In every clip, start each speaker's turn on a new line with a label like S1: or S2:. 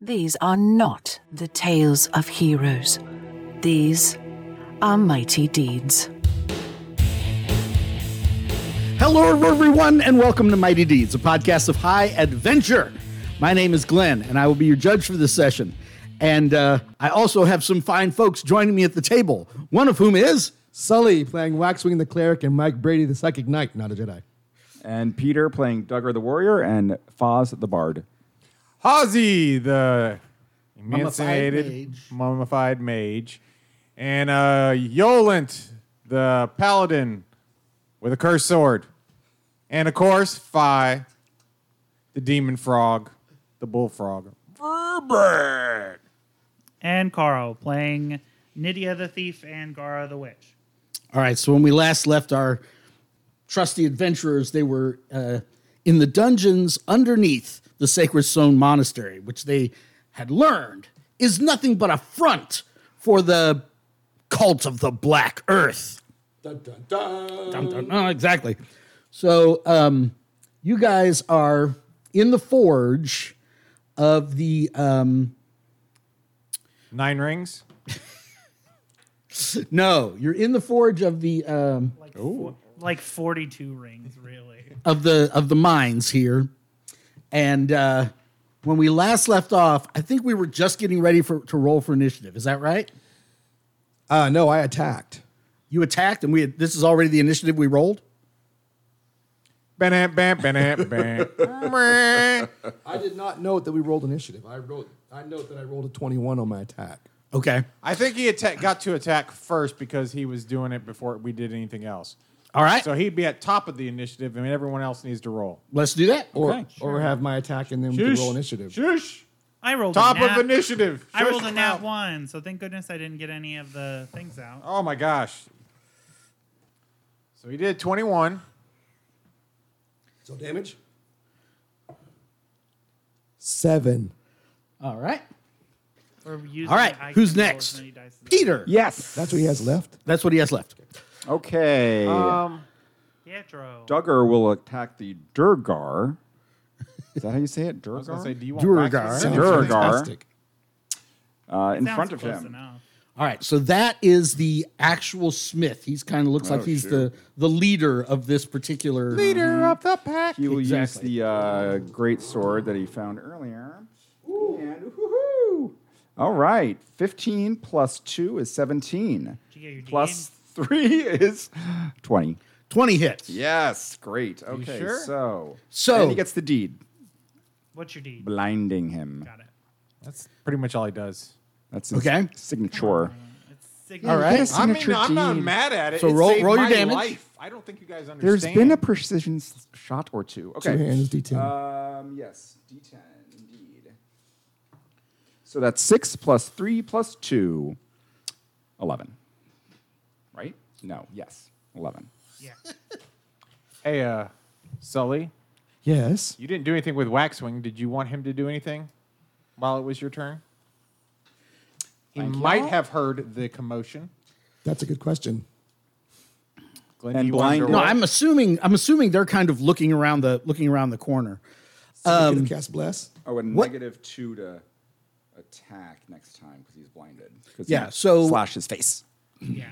S1: These are not the tales of heroes. These are mighty deeds.
S2: Hello, everyone, and welcome to Mighty Deeds, a podcast of high adventure. My name is Glenn, and I will be your judge for this session. And uh, I also have some fine folks joining me at the table, one of whom is.
S3: Sully playing Waxwing the Cleric and Mike Brady the Psychic Knight, not a Jedi.
S4: and Peter playing Duggar the Warrior and Foz the Bard.
S5: Hazi, the emancipated
S3: mage.
S5: mummified mage, and uh, Yolent, the paladin with a cursed sword, and of course Phi, the demon frog, the bullfrog.
S6: and Carl playing Nydia the Thief and Gara the Witch.
S2: All right, so when we last left our trusty adventurers, they were uh, in the dungeons underneath the Sacred Stone Monastery, which they had learned is nothing but a front for the cult of the Black Earth. Dun, dun, dun, exactly. So um, you guys are in the forge of the um,
S5: Nine rings.
S2: no, you're in the forge of the um,
S6: Like, fo- like 42 rings, really.
S2: of the of the mines here. And uh, when we last left off, I think we were just getting ready for to roll for initiative. Is that right?
S3: Uh, no, I attacked.
S2: You attacked, and we had, this is already the initiative we rolled.
S5: Bam, bam, bam, bam.
S3: I did not note that we rolled initiative. I wrote. I note that I rolled a twenty-one on my attack.
S2: Okay.
S5: I think he atta- got to attack first because he was doing it before we did anything else.
S2: All right.
S5: So he'd be at top of the initiative, and everyone else needs to roll.
S2: Let's do that.
S3: Or,
S5: Okay,
S3: or have my attack and then we can roll initiative.
S5: Shush.
S6: I rolled
S5: Top
S6: a nat-
S5: of initiative.
S6: I rolled a
S5: Shush
S6: nat
S5: mouth.
S6: one, so thank goodness I didn't get any of the things out.
S5: Oh my gosh. So he did 21.
S3: So damage. Seven.
S2: All right.
S6: Or using
S2: All right,
S6: I
S2: who's
S6: can roll as
S2: next?
S6: many dice as I-
S2: Peter.
S4: Yes.
S3: That's what he has left.
S2: That's what he has left.
S4: Okay.
S5: Um,
S6: Pietro.
S4: Duggar will attack the Durgar. Is that how you say it?
S5: I was going
S4: Durgar?
S5: to say, do you want
S2: Duragar.
S5: Waxman's
S3: Sounds
S5: signature?
S4: Duragar.
S3: fantastic.
S4: uh, in
S6: Sounds
S4: front of
S6: close
S4: him.
S6: Enough.
S2: All right. So that is the actual Smith. He's kind of looks like he's the the leader of this particular
S5: Leader of the pack.
S4: He will
S2: Exactly.
S4: use the uh, great sword that he found earlier. And woohoo! All right. 15 plus 2 is 17.
S6: Did you get your
S4: Plus 3 is 20.
S2: twenty hits.
S4: Yes. Great. Okay.
S5: sure?
S4: So.
S2: So-
S4: And he gets the deed,
S6: What's your deed?
S4: blinding him.
S6: Got it.
S5: That's pretty much all he does.
S4: That's his
S2: Okay.
S4: signature.
S6: It's signature.
S2: All right.
S4: Yes.
S5: I mean,
S4: Signature
S5: I'm not
S4: deed.
S5: mad at it.
S2: So
S5: It
S2: roll-
S5: saved
S2: roll your
S5: my
S2: damage.
S5: Life. I don't think you guys understand.
S4: There's been a precision s- shot or two.
S3: Two
S4: Okay.
S3: hands, D10.
S4: Um, yes, D10, indeed. So that's 6 plus 3 plus 2. 11. Right? No, yes, 11.
S6: Yeah.
S5: Hey, uh, Sully,
S3: yes.
S5: you didn't do anything with Waxwing. Did you want him to do anything while it was your turn? He
S4: Thank you.
S5: might have heard the commotion.
S3: That's a good question.
S5: Glenn,
S4: And
S5: do you want him to
S4: blinded.
S2: No,
S5: roll?
S2: I'm assuming I'm assuming they're kind of looking around the looking around the corner.
S3: So we could have cast bless.
S4: Oh, and
S2: What-
S4: negative 2 to attack next time because he's blinded. 'Cause he
S2: Yeah, so-
S4: Slash his face.
S6: Yeah.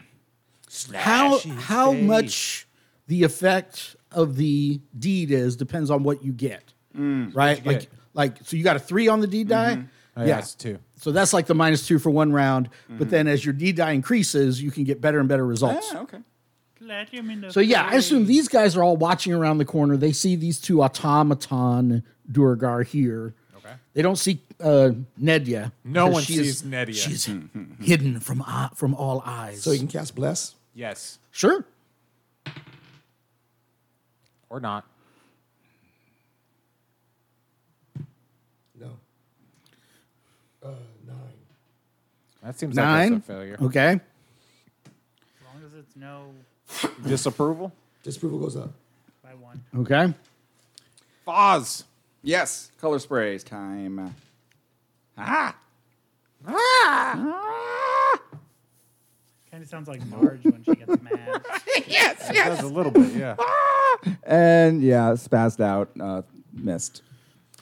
S2: how how much the effect of the deed is depends on what you get, right? like
S5: Mm, get?
S2: like so you got a three on the deed die.
S5: Oh, yeah, it's two. Mm-hmm.
S2: So that's like the minus two for one round, but then as your deed die increases, you can get better and better results.
S4: Ah, okay.
S6: Glad you're in the
S2: So yeah, I assume
S6: fray.
S2: these guys are all watching around the corner. They see these two automaton Durgar here. Okay. They don't see uh, Nedya.
S5: No
S2: because
S5: one
S2: she
S5: sees
S2: is-
S5: Nedya.
S2: She's
S5: hmm,
S2: hidden from eye- from all eyes.
S3: So you can cast bless.
S5: Yes.
S2: sure.
S5: Or not.
S3: No. Uh, nine.
S5: That seems
S2: Nine.
S5: like that's a failure.
S2: Okay.
S6: As long as it's no
S5: Disapproval?
S3: Disapproval goes up.
S6: by one.
S2: Okay.
S5: Foz.
S4: Yes, color sprays time. Ah!
S6: Kind of sounds like Marge when she gets mad.
S5: Does a little bit, yeah.
S4: And yeah, spazzed out, uh, missed.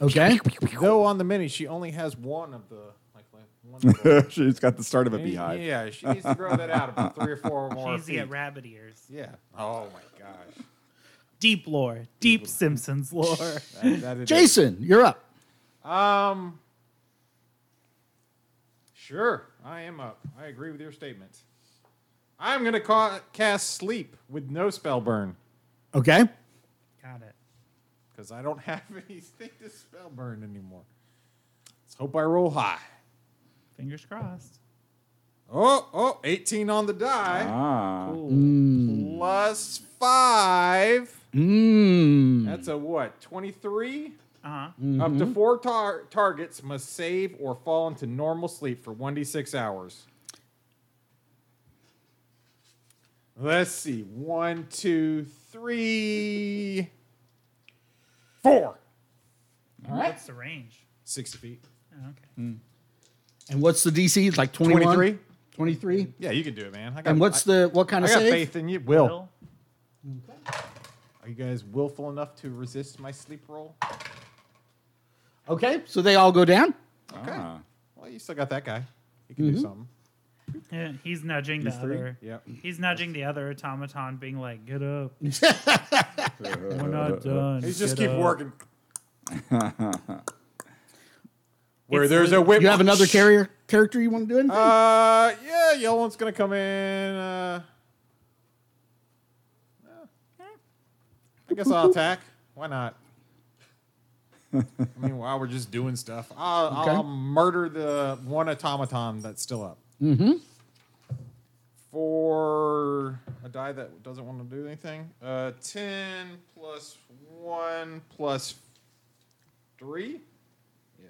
S2: Okay.
S5: Though on the mini, she only has one of the like like, one. Of the,
S4: She's got the start of a beehive.
S5: Yeah, she needs to grow that out about three or four
S6: She
S5: more.
S6: needs to get
S5: feet.
S6: rabbit ears.
S5: Yeah. Oh my gosh.
S6: Deep lore. Deep Simpsons lore.
S5: That- that it is.
S2: Jason, you're up.
S5: Um. Sure, I am up. I agree with your statement. I'm gonna ca- cast sleep with no spell burn
S2: Okay.
S6: Got it.
S5: because I don't have anything to spell burn anymore. Let's hope I roll high.
S6: Fingers crossed.
S5: Oh, oh, 18 on the die.
S4: Ah.
S5: Plus five.
S2: Mm.
S5: That's a what? 23?
S6: Uh huh.
S5: Up to four tar- targets must save or fall into normal sleep for 1d6 hours. Let's see. One, two, three, four.
S6: What's the range?
S5: 60 feet.
S6: Oh, okay.
S2: And what's the DC? It's like 21?
S5: 23?
S2: 23?
S5: Yeah, you can do it, man. I got,
S2: And what's
S5: I,
S2: the, what kind
S5: I
S2: of
S5: got
S2: save?
S5: faith in you. Will.
S6: Will?
S5: Are you guys willful enough to resist my sleep roll?
S2: Okay. So they all go down?
S5: Okay.
S4: Ah.
S5: Well, you still got that guy.
S2: Mm-hmm.
S5: He can do something.
S6: Yeah, he's nudging the other.
S5: Yep.
S6: He's nudging the other automaton, being like, "Get up! We're not done.
S5: He's just keep
S6: Get up."
S5: working. Where
S6: It's
S5: there's a
S6: Luke.
S5: whip.
S2: You have another carrier character you want to do anything?
S5: Uh, yeah, yellow one's gonna come in. Uh, I guess I'll attack. Why not? I mean, while we're just doing stuff, I'll, I'll
S2: Okay.
S5: murder the one automaton that's still up.
S2: Mm-hmm.
S5: For a die that doesn't want to do anything. Uh, ten plus one plus three. Yeah.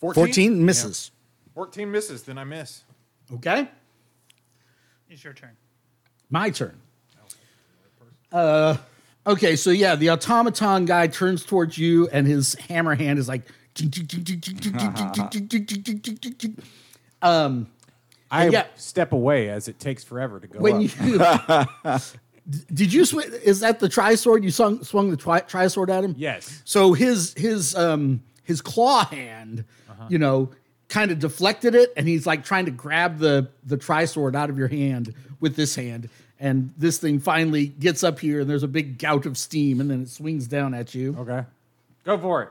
S2: 14 misses.
S5: 14 misses, then I miss.
S2: Okay.
S6: It's your turn.
S2: My turn. Uh, okay, so yeah, the automaton guy turns towards you, and his hammer hand is like. Um,
S5: I
S2: yeah.
S5: step away as it takes forever to go
S2: when
S5: up.
S2: you did you sw- is that the trisword you swung, swung the tri- trisword at him?
S5: yes.
S2: So his his um his claw hand,
S5: Uh-huh.
S2: you know, kind of deflected it, and he's like trying to grab the the trisword out of your hand with this hand, and this thing finally gets up here, and there's a big gout of steam, and then it swings down at you.
S5: Okay. Go for it.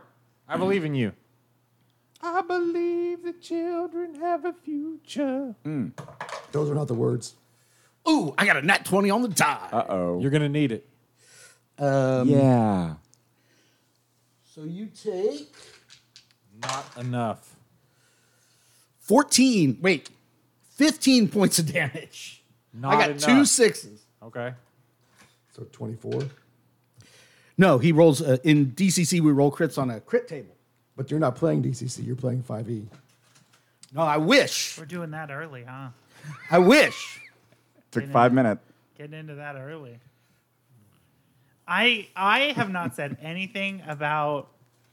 S5: I believe in you. I believe the children have a future.
S3: Those are not the words.
S2: Ooh, I got a nat twenty on the die.
S5: You're going to need it.
S4: yeah.
S2: so you take
S5: Not enough.
S2: fourteen. Wait, fifteen points of damage.
S5: Not
S2: I got
S5: enough.
S2: two sixes.
S5: Okay.
S3: So 24.
S2: No, he rolls uh, in DCC. We roll crits on a crit table.
S3: But you're not playing DCC, you're playing E. 5e.
S2: No, I wish.
S6: We're doing that early, huh?
S2: I wish.
S4: Took five minutes.
S6: Getting into that early. I I have not said anything about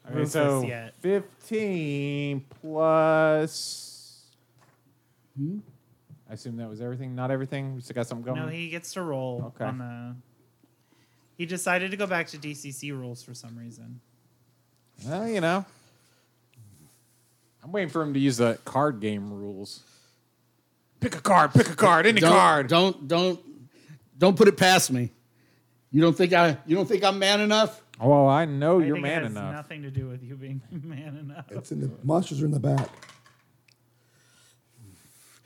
S5: Okay,
S6: Rufus
S5: so
S6: yet.
S5: 15 plus.
S2: Hmm?
S5: I assume that was everything. Not everything. We still got something going.
S6: No, he gets to roll
S5: Okay.
S6: on the. He decided to go back to DCC rules for some reason.
S5: Well, you know. I'm waiting for him to use the card game rules. Pick a card, pick a card, any
S2: don't,
S5: card.
S2: Don't don't don't put it past me. You don't think I you don't think I'm man enough?
S5: Oh, I know
S6: I
S5: you're
S6: think it
S5: man
S6: has
S5: enough.
S6: Nothing to do with you being man enough.
S3: It's in the monsters are in the back.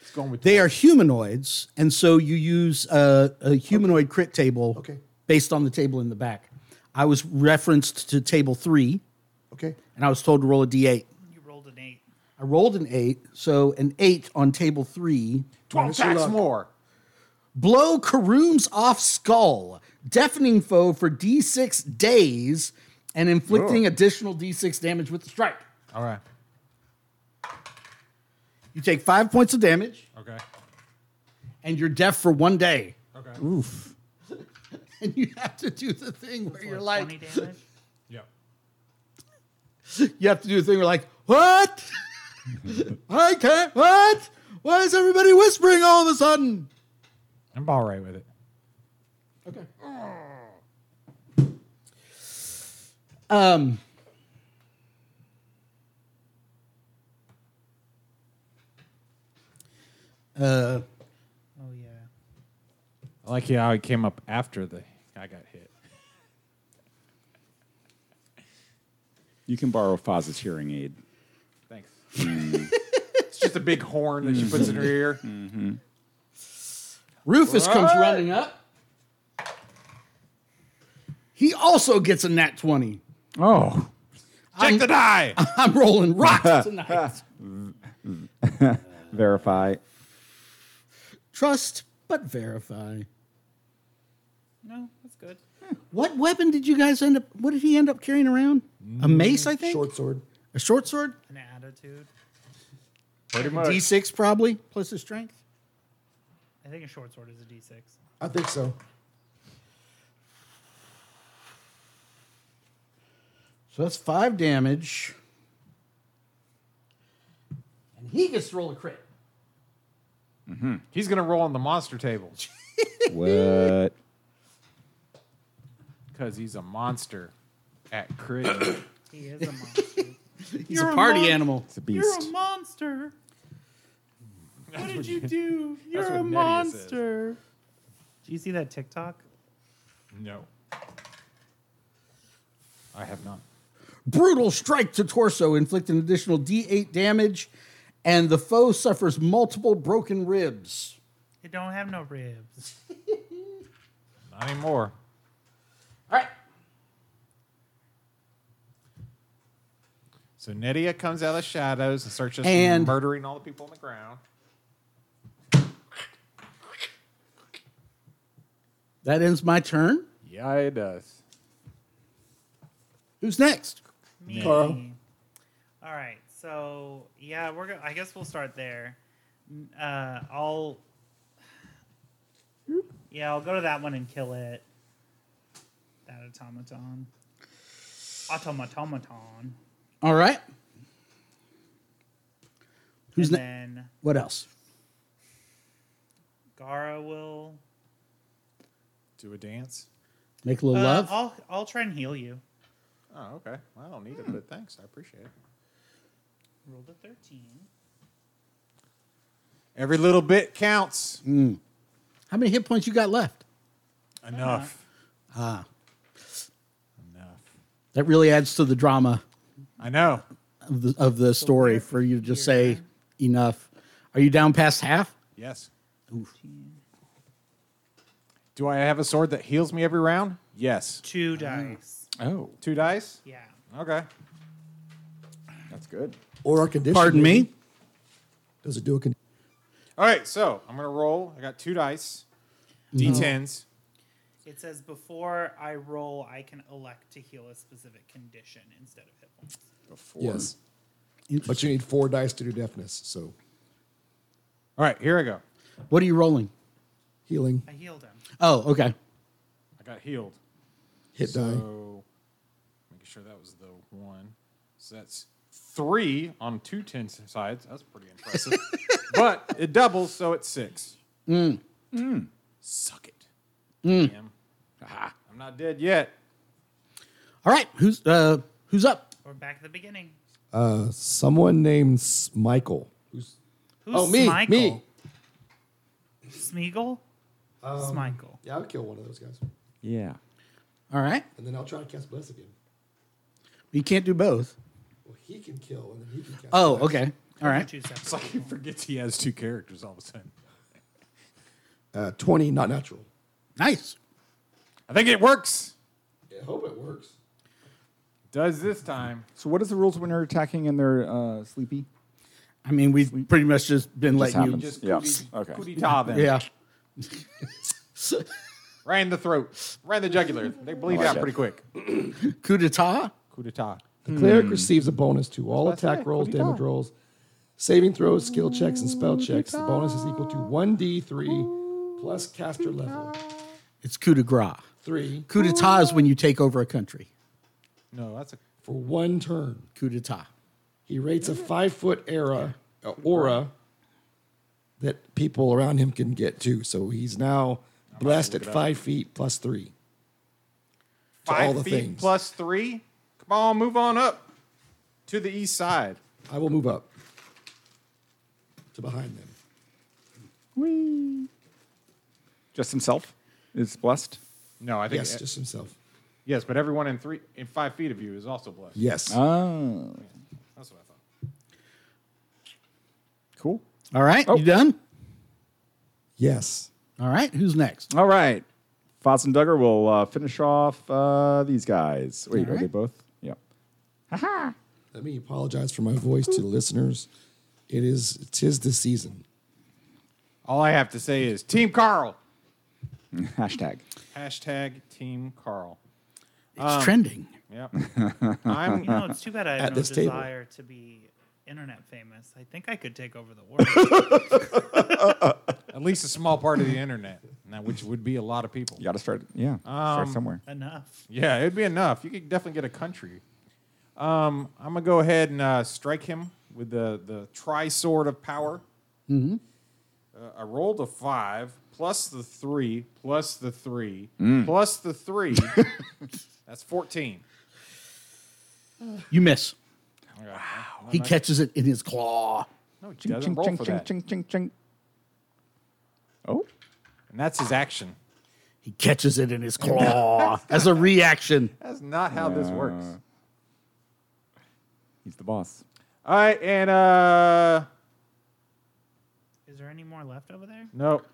S5: It's going with
S2: They are humanoids, and so you use a, a humanoid crit table
S3: Okay.
S2: based on the table in the back. I was referenced to table three,
S3: Okay.
S2: and I was told to roll a d8.
S6: You rolled an eight.
S2: I rolled an eight, so an eight on table three.
S5: 12
S3: Where's your
S5: packs
S3: luck?
S5: more.
S2: Blow Karoom's off skull, deafening foe for d6 days, and inflicting
S4: Oh.
S2: additional d6 damage with the strike.
S5: All right.
S2: You take five points of damage.
S5: Okay.
S2: and you're deaf for one day.
S5: Okay.
S2: Oof. and you have to do the thing where you're
S6: Like
S2: like,
S6: twenty damage.
S5: Yep.
S2: you have to do the thing where like, what? I can't. What? Why is everybody whispering all of a sudden?
S5: I'm all right with it.
S2: Okay. Um,
S6: Oh yeah.
S5: I like how he came up after the I got hit.
S4: You can borrow Foz's hearing aid.
S5: Thanks. it's just a big horn that she puts in her ear.
S2: Rufus comes running up. He also gets a nat 20.
S4: Oh,
S5: Check the die.
S2: I'm rolling rocks tonight.
S4: verify.
S2: Trust but verify.
S6: No, that's good.
S2: What weapon did you guys end up? What did he end up carrying around? A mace, I think.
S3: Short sword.
S2: A short sword.
S6: An attitude.
S4: Pretty
S2: D6 probably plus his strength.
S6: I think a short sword is a D6.
S3: I think so.
S2: So that's five damage. And he gets to roll a crit.
S5: He's gonna roll on the monster table
S4: What?
S5: because he's a monster at crit.
S6: He is a monster.
S2: He's a party animal.
S4: It's a beast.
S6: monster. What did you do? You're
S5: what Nettie says.
S6: Do you see that TikTok?
S5: no, I have not.
S2: Brutal strike to torso, inflict an additional D8 damage, and the foe suffers multiple broken ribs.
S6: It don't have no ribs.
S5: Not anymore.
S2: All right.
S5: So Nydia comes out of the shadows and starts just
S2: And-
S5: murdering all the people on the ground.
S2: That ends my turn.
S5: Yeah, it does.
S2: Who's next?
S6: Me.
S3: Carl.
S6: All right. So yeah, we're. Go- I guess we'll start there. N- Uh, I'll. Yeah, I'll go to that one and kill it. That automaton. Automaton.
S2: All right. Who's
S6: and
S2: ne-
S6: then
S2: What else?
S6: Gara will.
S5: Do a dance.
S2: Make a little
S6: Uh,
S2: love.
S6: I'll I'll try and heal you.
S5: Oh, okay. Well, I don't need it, but thanks. I appreciate it.
S6: Rolled a thirteen.
S5: Every little bit counts.
S2: How many hit points you got left?
S5: Enough. Ah. Enough.
S2: That really adds to the drama
S5: I know.
S2: of the, of the story for you to just say enough. Are you down past half?
S5: Yes. Do I have a sword that heals me every round? Yes.
S6: Two dice.
S4: Oh,
S5: Two dice?
S6: Yeah.
S5: Okay.
S4: that's good.
S3: Or a condition.
S2: Pardon me.
S3: Does it do a condition?
S5: All right, so I'm going to roll. I got two dice,
S2: Mm-hmm.
S5: d10s.
S6: It says before I roll, I can elect to heal a specific condition instead of hit points.
S4: Before.
S3: Yes. But you need four dice to do deafness. So
S5: All right, here I go.
S2: What are you rolling?
S3: healing,
S6: I healed him.
S2: Oh, okay.
S5: I got healed.
S3: hit die.
S5: So, making sure that was the one. So that's three on two ten sides. That's pretty impressive. but it doubles, so it's six.
S4: Mm.
S5: Mm. Suck it. Damn. I'm not dead yet.
S2: All right. Who's uh who's up?
S6: We're back at the beginning.
S3: Uh, someone named S- Michael. Who's
S6: Who's
S3: Oh, me,
S6: Smichael?
S3: me.
S6: Smeagol? Smichael.
S3: yeah, I would kill one of those guys,
S4: Yeah.
S2: All right.
S3: and then I'll try to cast bless again.
S2: You can't do both.
S3: Well, he can kill, and then he can cast.
S2: Oh, okay. All right.
S6: Two separate
S5: It's like he
S6: people.
S5: forgets he has two characters all of a sudden.
S3: Uh, Twenty, not natural.
S2: Nice.
S5: I think it works.
S3: I hope it works.
S5: Does this time.
S4: So, what is the rules when they're attacking and they're uh, sleepy?
S2: I mean, we've pretty much just been
S4: Just
S2: letting
S4: happens.
S2: you.
S5: Just
S4: Yeah.
S5: coup de-
S4: Okay.
S5: coup d'etat them.
S2: Yeah.
S5: Right in the throat. Right in the jugular. They bleed
S4: like
S5: out
S4: it.
S5: pretty quick.
S2: Coup d'etat.
S5: Coup d'etat.
S3: The cleric receives a bonus to
S4: Hmm.
S3: all
S4: what I
S3: attack
S4: said,
S3: rolls,
S4: coup d'etat.
S3: damage rolls, saving throws, skill checks, and spell checks. The bonus is equal to one d three plus caster level
S2: It's coup de grace.
S3: three
S2: Coup d'etat is when you take over a country.
S5: No, that's a.
S3: for one turn.
S2: Coup d'etat.
S3: He rates a five foot era uh, aura that people around him can get too. So he's now blessed at five feet plus three. To all
S5: Five
S3: the
S5: feet
S3: things.
S5: plus three? Come Ball, move on up to the east side.
S3: I will move up to behind them.
S4: Just himself is blessed.
S5: No, I think
S3: Yes, just himself.
S5: yes, but everyone in three in five feet of you is also blessed.
S3: Yes.
S4: Oh,
S5: That's what I thought.
S4: cool.
S2: All right,
S4: Oh.
S2: you done?
S3: yes.
S2: All right, who's next?
S4: All right. Foss and Duggar will uh, finish off uh, these guys. Wait,
S2: All
S4: are they
S2: right.
S4: both? Yep.
S3: Let me apologize for my voice to the listeners. It is tis the season.
S5: All I have to say is Team Carl.
S4: Hashtag.
S5: Hashtag Team Carl.
S2: It's trending.
S5: Yep. I'm
S6: You know, it's too bad I have
S3: At
S6: no
S3: this table.
S6: desire to be internet famous. I think I could take over the world.
S5: at least a small part of the internet, now, which would be a lot of people.
S4: You got to start. Yeah. start
S5: Um,
S4: somewhere.
S6: Enough.
S5: Yeah, it'd be enough. You could definitely get a country. Um, I'm gonna go ahead and uh, strike him with the the tri sword of power. Mm-hmm. Uh, I rolled a five plus the three plus the three plus the three. That's fourteen.
S2: You miss.
S5: Wow.
S2: He catches it in his claw.
S5: No, he
S4: Ching,
S5: doesn't
S4: ching,
S5: roll
S4: ching,
S5: for
S4: ching,
S5: that.
S4: ching, ching, ching. Oh,
S5: And that's his action.
S2: He catches it in his claw as a reaction.
S5: That's not how this works.
S4: he's the boss.
S5: All right, and uh,
S6: Is there any more left over there?
S5: Nope.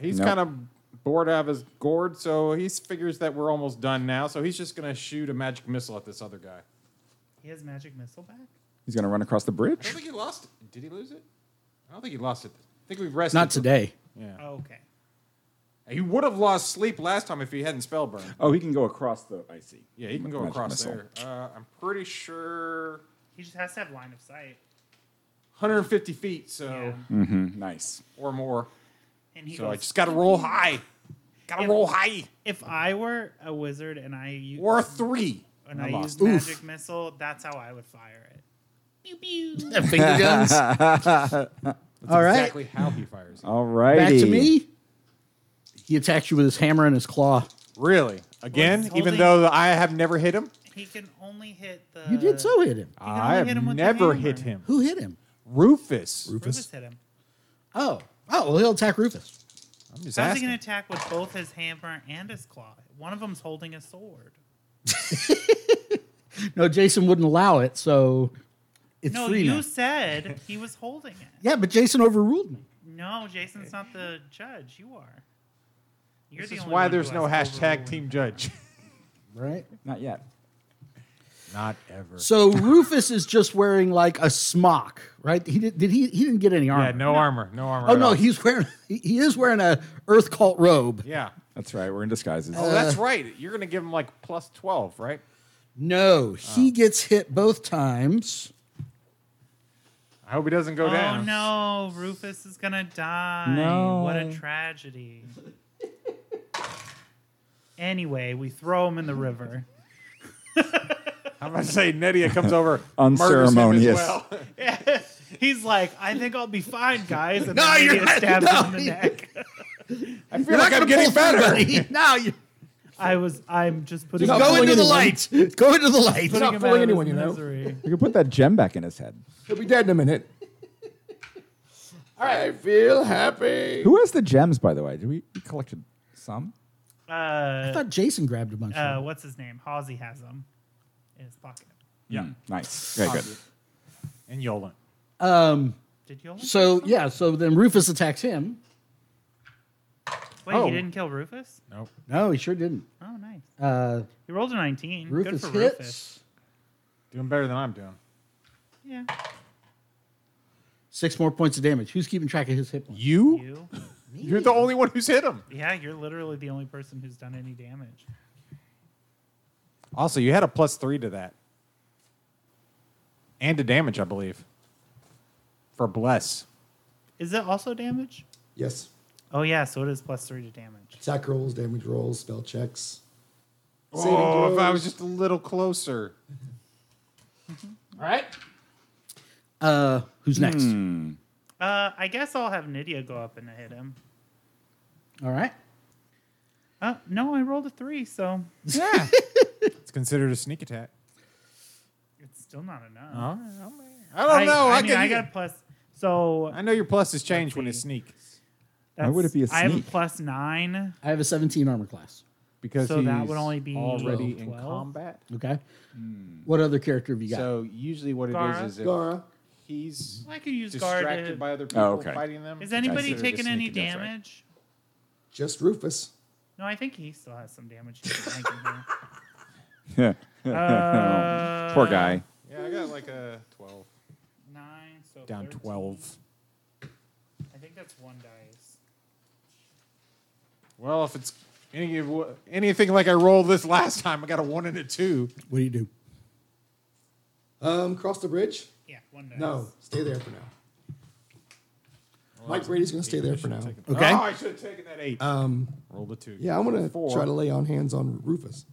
S5: He's
S4: Nope.
S5: kind of bored out of his gourd, so he figures that we're almost done now. So he's just gonna shoot a magic missile at this other guy.
S6: He has magic missile back.
S4: He's going to run across the
S5: I don't
S4: bridge.
S5: think he lost it. Did he lose it? I don't think he lost it. I think we rested.
S2: Not
S5: for-
S2: today.
S5: Yeah.
S6: Oh, okay.
S5: He would have lost sleep last time if he hadn't spell burn.
S4: Oh, he can go across the. I see.
S5: Yeah, he can go
S4: Magic
S5: across
S4: missile.
S5: there. Uh, I'm pretty sure
S6: He just has to have line of sight.
S5: 150 feet, so
S6: Yeah.
S4: Mm, nice.
S5: or more.
S6: And he
S5: So I
S6: goes,
S5: just gotta roll high. Gotta
S6: Yeah.
S5: roll high
S6: if I were a wizard and I u-
S5: or a three.
S6: and
S5: I
S6: I,
S5: lost.
S6: used
S2: Oof.
S6: magic missile, that's how I would fire it.
S2: Finger guns.
S5: That's
S2: All right.
S5: exactly how he fires. it.
S4: All right.
S2: Back to me. He attacks you with his hammer and his claw.
S5: Really? Again?
S6: he's
S5: Even
S6: holding-
S5: though I have never hit him?
S6: He can only hit the.
S2: You did so hit him.
S6: He can only
S5: I
S6: hit
S5: have
S6: him with the
S5: never
S6: hammer.
S5: hit him.
S2: Who hit him?
S5: Rufus.
S6: Rufus hit him.
S2: Oh, oh, well, he'll attack Rufus.
S5: I'm just
S6: How's he
S5: asking.
S6: gonna attack with both his hammer and his claw? One of them's holding a sword.
S2: No, Jason wouldn't allow it, so it's
S6: No,
S2: free
S6: you
S2: now.
S6: said he was holding it.
S2: Yeah, but Jason overruled me.
S6: No, Jason's not the judge. You are. You're
S5: This
S6: the
S5: is
S6: only
S5: why
S6: one who
S5: there's no
S6: has
S5: hashtag
S6: overruling.
S5: team judge.
S2: Right.
S4: Not yet.
S5: Not ever.
S2: So Rufus is just wearing like a smock, right? He did, did he he didn't get any armor.
S5: Yeah, no armor. No armor.
S2: Oh
S5: at
S2: no,
S5: all.
S2: he's wearing he, he is wearing a Earth Cult robe.
S5: Yeah.
S4: That's right. We're in disguises.
S5: Oh, that's right. You're going to give him like plus 12, right?
S2: No,
S6: Oh.
S2: he gets hit both times.
S5: I hope he doesn't go
S6: Oh
S5: down.
S6: no, Rufus is gonna die.
S4: No.
S6: What a tragedy. anyway, we throw him in the river.
S5: I'm going to say Nettia comes over.
S4: Unceremonious.
S5: Unceremonious. Well.
S6: He's like, I think I'll be fine, guys. And
S2: No,
S6: then
S2: you're
S6: Lydia
S2: not-
S6: stabs
S2: no.
S6: him in the neck.
S5: I feel like I'm getting better.
S2: now you
S6: I was I'm just putting
S3: Just
S6: him,
S2: go
S3: pulling
S2: into the
S3: anyone.
S2: light. Go into the light.
S6: putting
S3: not
S6: him
S3: fooling
S6: out of
S3: anyone,
S6: his
S3: you know.
S6: misery.
S4: You can put that gem back in his head.
S3: He'll be dead in a minute. I feel happy.
S4: Who has the gems, by the way? Did we, we collected some?
S2: I
S6: Uh,
S2: thought Jason grabbed a bunch.
S6: uh,
S2: of them.
S6: what's his name? Halsey has him in his pocket.
S5: Yeah.
S4: Nice. Very good.
S5: And Yolan.
S6: Did you?
S2: So yeah, so then Rufus attacks him.
S6: Wait,
S5: Oh.
S6: he didn't kill Rufus?
S5: Nope.
S2: No, he sure didn't.
S6: Oh, nice.
S2: Uh,
S6: He rolled a 19.
S2: Rufus
S6: Good for
S2: hits.
S6: Rufus.
S5: Doing better than I'm doing.
S6: Yeah.
S2: Six more points of damage. Who's keeping track of his hit points?
S5: You?
S6: You?
S5: You're the only one who's hit him.
S6: Yeah, you're literally the only person who's done any damage.
S5: Also, you had a plus three to that. And to damage, I believe. For bless.
S6: Is it also damage?
S3: Yes.
S6: Oh yeah, so it is plus three to damage.
S3: Attack rolls, damage rolls, spell checks. Saving
S5: Oh, if I
S3: throws.
S5: was just a little closer.
S2: Uh, who's next?
S6: Hmm. Uh, I guess I'll have Nydia go up and hit him.
S2: All right.
S6: Uh, no, I rolled a three, so
S5: It's considered a sneak attack.
S6: Still not enough.
S5: All right,
S4: Oh.
S5: I mean, I
S2: Oh,
S5: don't know. I,
S6: mean,
S5: can,
S6: I got plus. So
S5: I know your pluses change when
S6: see.
S5: it's sneak
S6: that's,
S4: would it be a
S6: I have a
S4: sneak?
S6: plus nine.
S2: I have a 17 armor class.
S5: because
S6: So that
S5: he's
S6: would only be
S5: already in
S6: 12?
S5: combat.
S2: Okay. What other character have you got?
S5: So usually what it is
S6: Gara?
S5: is if
S3: Gara.
S5: he's
S6: I could use
S5: distracted
S6: guarded.
S5: by other people
S4: okay.
S5: fighting them.
S6: Is anybody
S4: considered a
S6: taking any
S4: sneak attack, right?
S6: damage?
S3: Just Rufus.
S6: No, I think he still has some damage. he's been taking here.
S4: Poor guy.
S5: Yeah, I got like a twelve.
S6: Nine. So
S5: Down
S6: 13.
S5: twelve.
S6: I think that's one dice.
S5: Well, if it's any of wha- anything like I rolled this last time, I got a one and a two.
S2: what do you do?
S3: Um, cross the bridge.
S6: Yeah, one dice.
S3: No, stay there for now. Mike Brady's gonna stay there for now.
S2: Okay.
S5: Oh, I should have taken that eight.
S3: Um,
S5: rolled a two.
S3: yeah, I'm gonna
S5: Four.
S3: try to lay on hands on Rufus.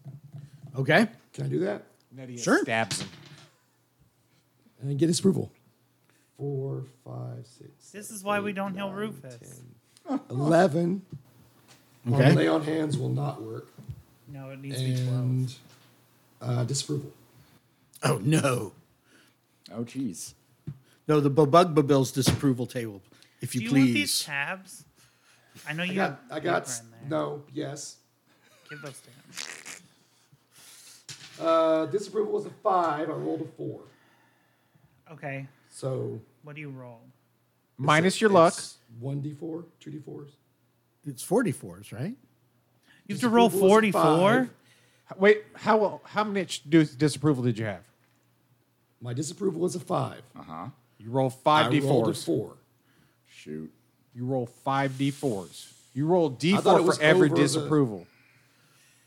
S2: Okay.
S3: Can I do that
S5: And then he
S2: Sure.
S5: Stabs him.
S3: and get his approval? Four, five, six,
S6: This is why we don't heal Rufus.
S3: eleven.
S2: Okay.
S3: On lay on hands will not work.
S6: No, it needs to be twelve.
S3: And uh, disapproval.
S2: Oh, no.
S4: Oh, geez.
S2: No, the Bobugbabil's disapproval table, if
S6: Do
S2: you,
S6: you want these
S2: please.
S6: tabs? I know
S3: I
S6: you
S3: got.
S6: have
S3: I got.
S6: paper
S3: s-
S6: in there.
S3: No. Yes.
S6: Give those to him.
S3: Uh, disapproval was a five. I rolled a four.
S6: Okay.
S3: So
S6: What do you roll?
S5: Minus your luck.
S3: One d four, two d fours.
S2: It's 44s, right?
S6: You have to roll forty-four.
S5: Wait, how how much dis- disapproval did you have?
S3: My disapproval was a five.
S5: You roll
S3: I
S5: five d
S3: rolled a
S5: fours.
S3: four.
S4: Shoot.
S5: You roll five d fours. You roll d
S3: I thought it
S5: four
S3: was
S5: for every
S3: over the-
S5: disapproval.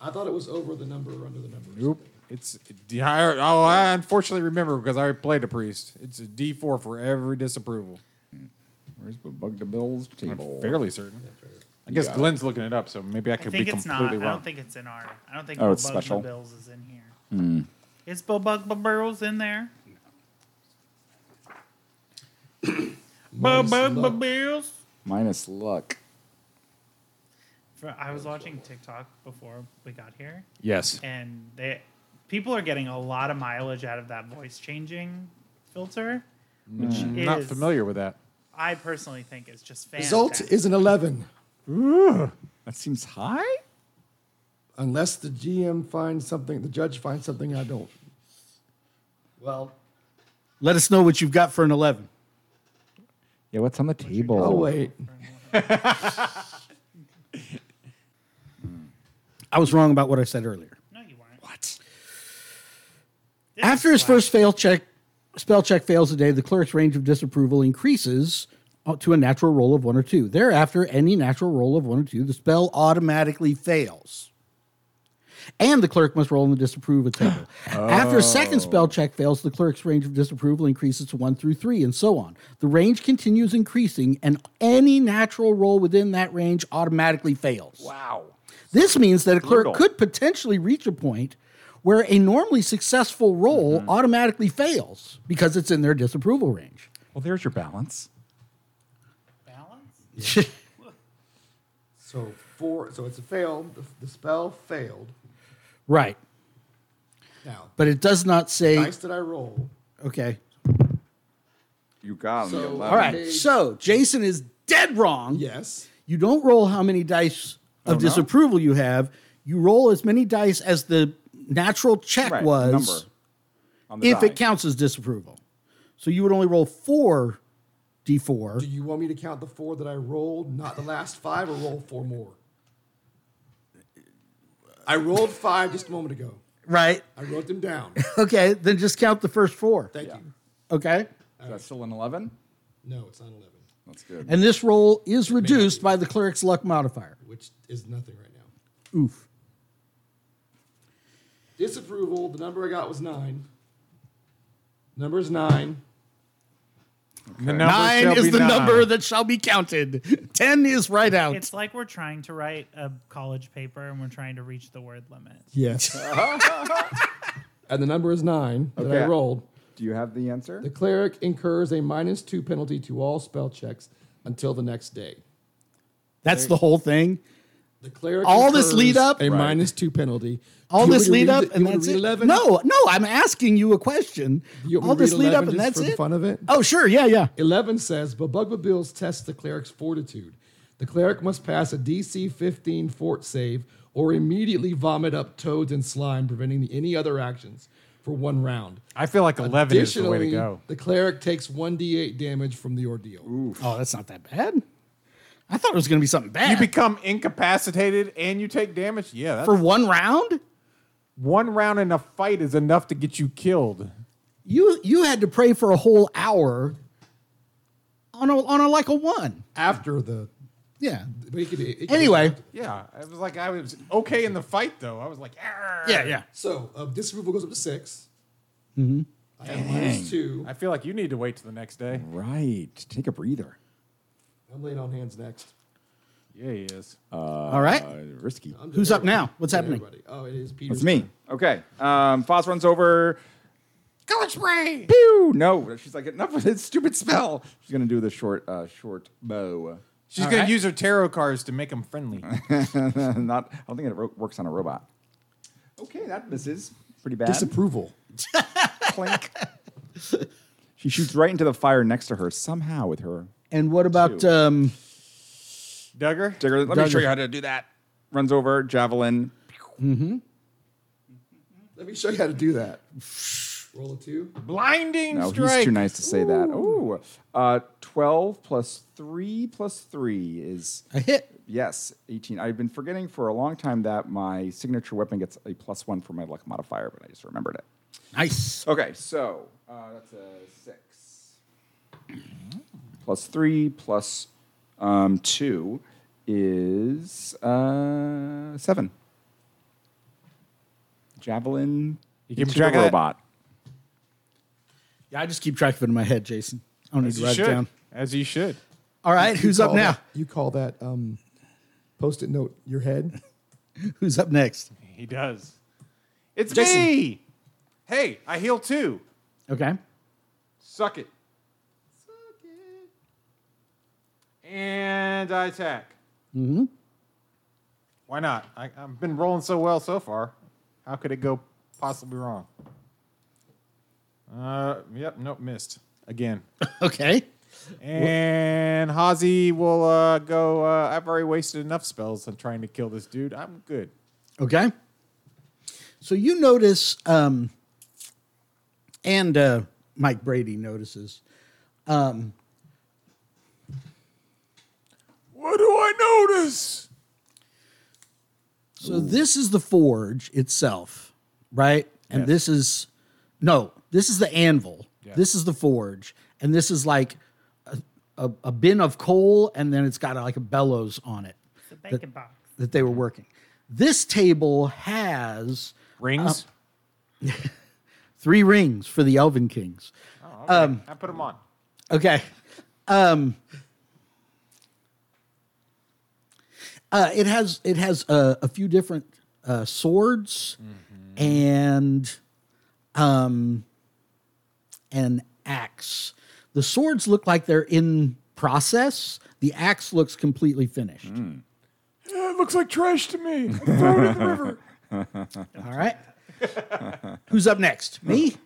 S3: I thought it was over the number or under the number. or
S5: Nope. It's d- I- oh, I unfortunately remember because I played a priest. It's a d four for every disapproval.
S4: Where's the Bug the Bill's
S5: I'm
S4: table?
S5: fairly certain. I guess
S4: Yeah.
S5: Glenn's looking it up, so maybe I
S6: I
S5: could
S6: think
S5: be
S6: it's
S5: completely
S6: not. I
S5: wrong.
S6: don't think it's in our. I don't think.
S4: Oh, it's
S6: Bobug
S4: special.
S6: Bills is in here.
S5: Hmm.
S6: Is Bobug Burls in there?
S3: Minus
S6: Bobug
S3: luck.
S6: Bills.
S4: Minus luck.
S6: I was watching TikTok before we got here,
S5: yes.
S6: and they people are getting a lot of mileage out of that voice changing filter, which is
S5: Mm. not familiar with that.
S6: I personally think is just fantastic.
S3: Result is an eleven,
S4: That seems high?
S3: unless the GM finds something, the judge finds something I don't. Well,
S2: Let us know what you've got for an 11.
S4: Yeah, what's on the table?
S3: oh wait,
S2: I was wrong about what I said earlier.
S6: no, you weren't.
S2: What?
S6: This
S2: After
S6: is
S2: his
S6: why-
S2: first fail check, spell check fails a day, the cleric's range of disapproval increases uh, to a natural roll of one or two. Thereafter, any natural roll of one or two, the spell automatically fails. And the clerk must roll in the disapproval table. After a second
S6: Oh.
S2: spell check fails, the clerk's range of disapproval increases to one through three, and so on. The range continues increasing, and any natural roll within that range automatically fails.
S4: Wow.
S2: This means that a clerk
S4: Brutal.
S2: could potentially reach a point where a normally successful roll automatically fails because it's in their disapproval range.
S4: Well, there's your balance.
S6: balance.
S3: so four. So it's a fail. The, the spell failed.
S2: right.
S3: Now,
S2: But it does not say
S3: dice that I roll.
S2: okay.
S4: You got him.
S3: So-
S4: eleven.
S2: All right.
S3: Okay.
S2: So Jason is dead wrong.
S3: Yes.
S2: You don't roll how many dice of disapproval you have. You roll as many dice as the natural check
S4: Right,
S2: was
S4: number on the
S2: if
S4: die.
S2: it counts as disapproval. So you would only roll four D4.
S3: Do you want me to count the four that I rolled, not the last five, or roll four more? I rolled five just a moment ago.
S2: right.
S3: I wrote them down.
S2: Okay. Then just count the first four.
S3: Thank you.
S2: Okay.
S4: Is that still an 11?
S3: No, it's not 11,
S4: That's good.
S2: And this roll is reduced by the cleric's luck modifier.
S3: which is nothing right now.
S2: Oof.
S3: Disapproval, the number I got was nine. Number is nine.
S5: The number
S2: Nine
S5: shall
S2: is
S5: be
S2: the
S5: nine.
S2: number that shall be counted. Ten is right out.
S6: It's like we're trying to write a college paper and we're trying to reach the word limit.
S3: Yes. and the number is nine that I
S4: Okay.
S3: rolled.
S4: Do you have the answer?
S3: The cleric incurs a minus two penalty to all spell checks until the next day.
S2: That's the whole thing.
S3: The cleric
S2: All this
S3: incurs
S2: lead up-
S3: a
S2: Right.
S3: minus two penalty.
S2: All
S3: Do you
S2: this
S3: want me
S2: lead
S3: to read
S2: up
S3: the-
S2: and
S3: you want
S2: that's
S3: me
S2: it.
S3: to read 11?
S2: No, no, I'm asking you a question.
S3: You want me
S2: All
S3: to read
S2: this lead up
S3: 11
S2: and
S3: just
S2: that's
S3: for the
S2: it.
S3: fun of it?
S2: Oh, sure, yeah, yeah.
S3: 11 says Babugba Bills tests the cleric's fortitude. The cleric must pass a DC 15 fort save or immediately vomit up toads and slime, preventing any other actions for one round.
S5: I feel like 11 is the way to
S3: Additionally,
S5: go.
S3: The cleric takes 1d8 damage from the ordeal.
S2: Oh, that's not that bad. I thought it was going to be something bad.
S5: You become incapacitated and you take damage. Yeah, that's
S2: for one round,
S5: one round in a fight is enough to get you killed.
S2: you you had to pray for a whole hour on a, on a like a one.
S3: After the.
S2: Yeah.
S3: but it could- it could-
S2: Anyway.
S5: Yeah, I was like, I was okay in the fight though. I was like, "Arr."
S3: So uh, disremoval goes up to 6. Mm-hmm. I have minus 2.
S5: I feel like you need to wait till the next day.
S4: Right. Take a breather.
S3: I'm laying on hands next.
S5: Yeah, he is.
S2: All right.
S4: Uh, risky.
S3: I'm
S2: Who's
S3: doing
S2: up now?
S3: everybody.
S2: What's
S3: Doing
S2: happening?
S3: everybody. Oh, it is Peter's
S4: It's me.
S3: turn.
S4: Okay. Um, Foss runs over.
S5: Color spray.
S4: Pew! No, she's like enough with this stupid spell. She's gonna do the short, uh, short bow.
S5: She's gonna use her tarot cards to make him friendly.
S4: Not. I don't think it ro- works on a robot. Okay, that misses pretty bad.
S3: Disapproval.
S4: Clink. she shoots right into the fire next to her somehow with her
S2: And what about
S4: Two.
S2: um
S5: Duggar.
S4: digger. Let me show you how to do that. Runs over javelin.
S3: Let me show you how to do that. Roll a two.
S5: Blinding
S4: No,
S5: strike.
S4: he's too nice to say that. Ooh, uh, twelve plus three plus three is
S2: a hit?
S4: Yes, 18. I've been forgetting for a long time that my signature weapon gets a plus one for my luck modifier, but I just remembered it.
S2: Nice.
S4: Okay, so uh, that's a six. Plus three plus um, two is uh, seven. Javelin. You
S5: keeping track of that?
S4: robot.
S2: Yeah, I just keep track of it in my head, Jason. I don't need
S5: As
S2: to
S5: you
S2: write it
S5: should.
S2: down.
S5: As you should.
S2: All right, who's up
S3: Call
S2: now?
S3: that- you call that um, post-it note your head.
S2: Who's up next?
S5: He does. It's
S3: Jason.
S5: me. Hey, I heal too.
S2: Okay.
S5: Suck it. And I attack. Mm-hmm. Why not? I, I've been rolling so well so far. How could it go possibly wrong? Uh, yep, nope, missed again.
S2: Okay.
S5: and Hazi will uh, go. Uh, I've already wasted enough spells on trying to kill this dude. I'm good.
S2: Okay. So you notice, um, and uh, Mike Brady notices. um,
S5: What do I notice?
S2: So this is the forge itself, right? And
S5: Yes.
S2: this is no, this is the anvil. This is the forge, and this is like a, a, a bin of coal, and then it's got like a bellows on it
S6: The bacon box.
S2: that they were working. This table has
S5: Rings.
S2: three rings for the Elven Kings.
S5: I put them on.
S2: Okay. Um, uh, it has it has uh, a few different uh, swords and um, an axe. The swords look like they're in process. The axe looks completely finished.
S5: It looks like trash to me.
S2: All right. Who's up next? Me.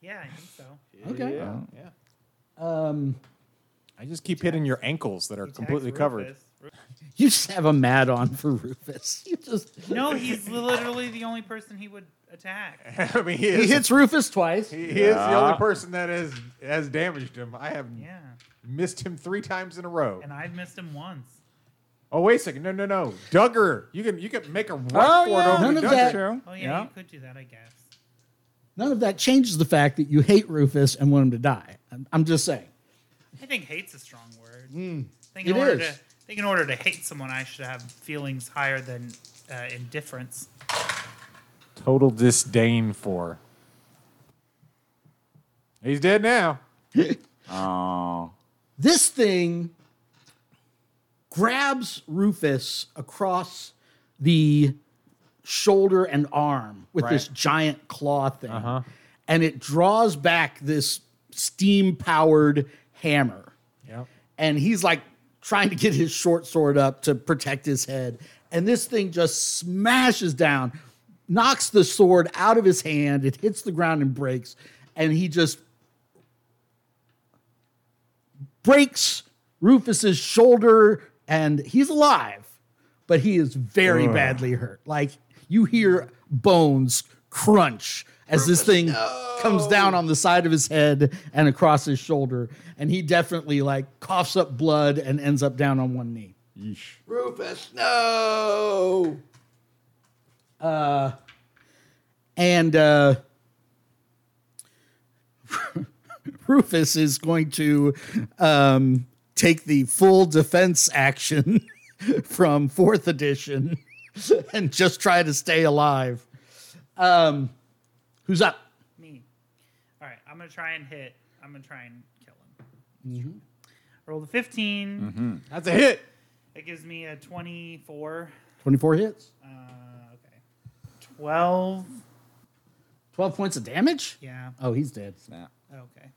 S6: Yeah, I think so.
S2: Okay.
S5: Yeah. Um, I just keep hitting your ankles that are
S6: Attacks
S5: completely covered.
S6: Rufus. Ru-
S2: You just have a mad on for Rufus. You just
S6: No, he's literally the only person he would attack.
S5: I mean, he
S2: he
S5: is,
S2: hits Rufus twice.
S5: he is the only person that has has damaged him. I have
S6: Yeah,
S5: missed him three times in a row.
S6: and I've missed him once.
S5: oh wait a second, no, no, no, Duggar, you can you can make a run
S4: Oh,
S5: for
S4: yeah.
S5: it over
S2: None
S5: to
S2: of
S5: Duggar.
S2: that-
S6: Oh yeah,
S5: Yeah.
S6: you could do that, I guess.
S2: None of that changes the fact that you hate Rufus and want him to die. I'm, I'm just saying.
S6: I think hate's a strong word. I think
S2: Hmm. It
S6: in order
S2: is.
S6: to I think in order to hate someone, I should have feelings higher than uh, indifference.
S5: Total disdain for. He's dead now.
S2: This thing grabs Rufus across the shoulder and arm with this
S5: Right.
S2: giant claw thing, and it draws back this steam powered hammer.
S5: Yep.
S2: and he's like trying to get his short sword up to protect his head and this thing just smashes down, knocks the sword out of his hand. It hits the ground and breaks, and he just breaks Rufus's shoulder, and he's alive, but he is very badly hurt. Like you hear bones crunch as this thing comes down on the side of his head and across his shoulder, and he definitely like coughs up blood and ends up down on one knee.
S3: Rufus, no.
S2: Uh, and uh, Rufus is going to um, take the full defense action from fourth edition and just try to stay alive. Um, who's up?
S6: Me. All right, I'm gonna try and hit. I'm gonna try and kill him.
S2: Mm-hmm.
S6: Roll the 15.
S5: That's a hit.
S6: That gives me a 24.
S2: 24 hits,
S6: Uh, okay, 12.
S2: 12 points of damage.
S6: Yeah.
S2: Oh, he's dead.
S4: Snap.
S6: Okay.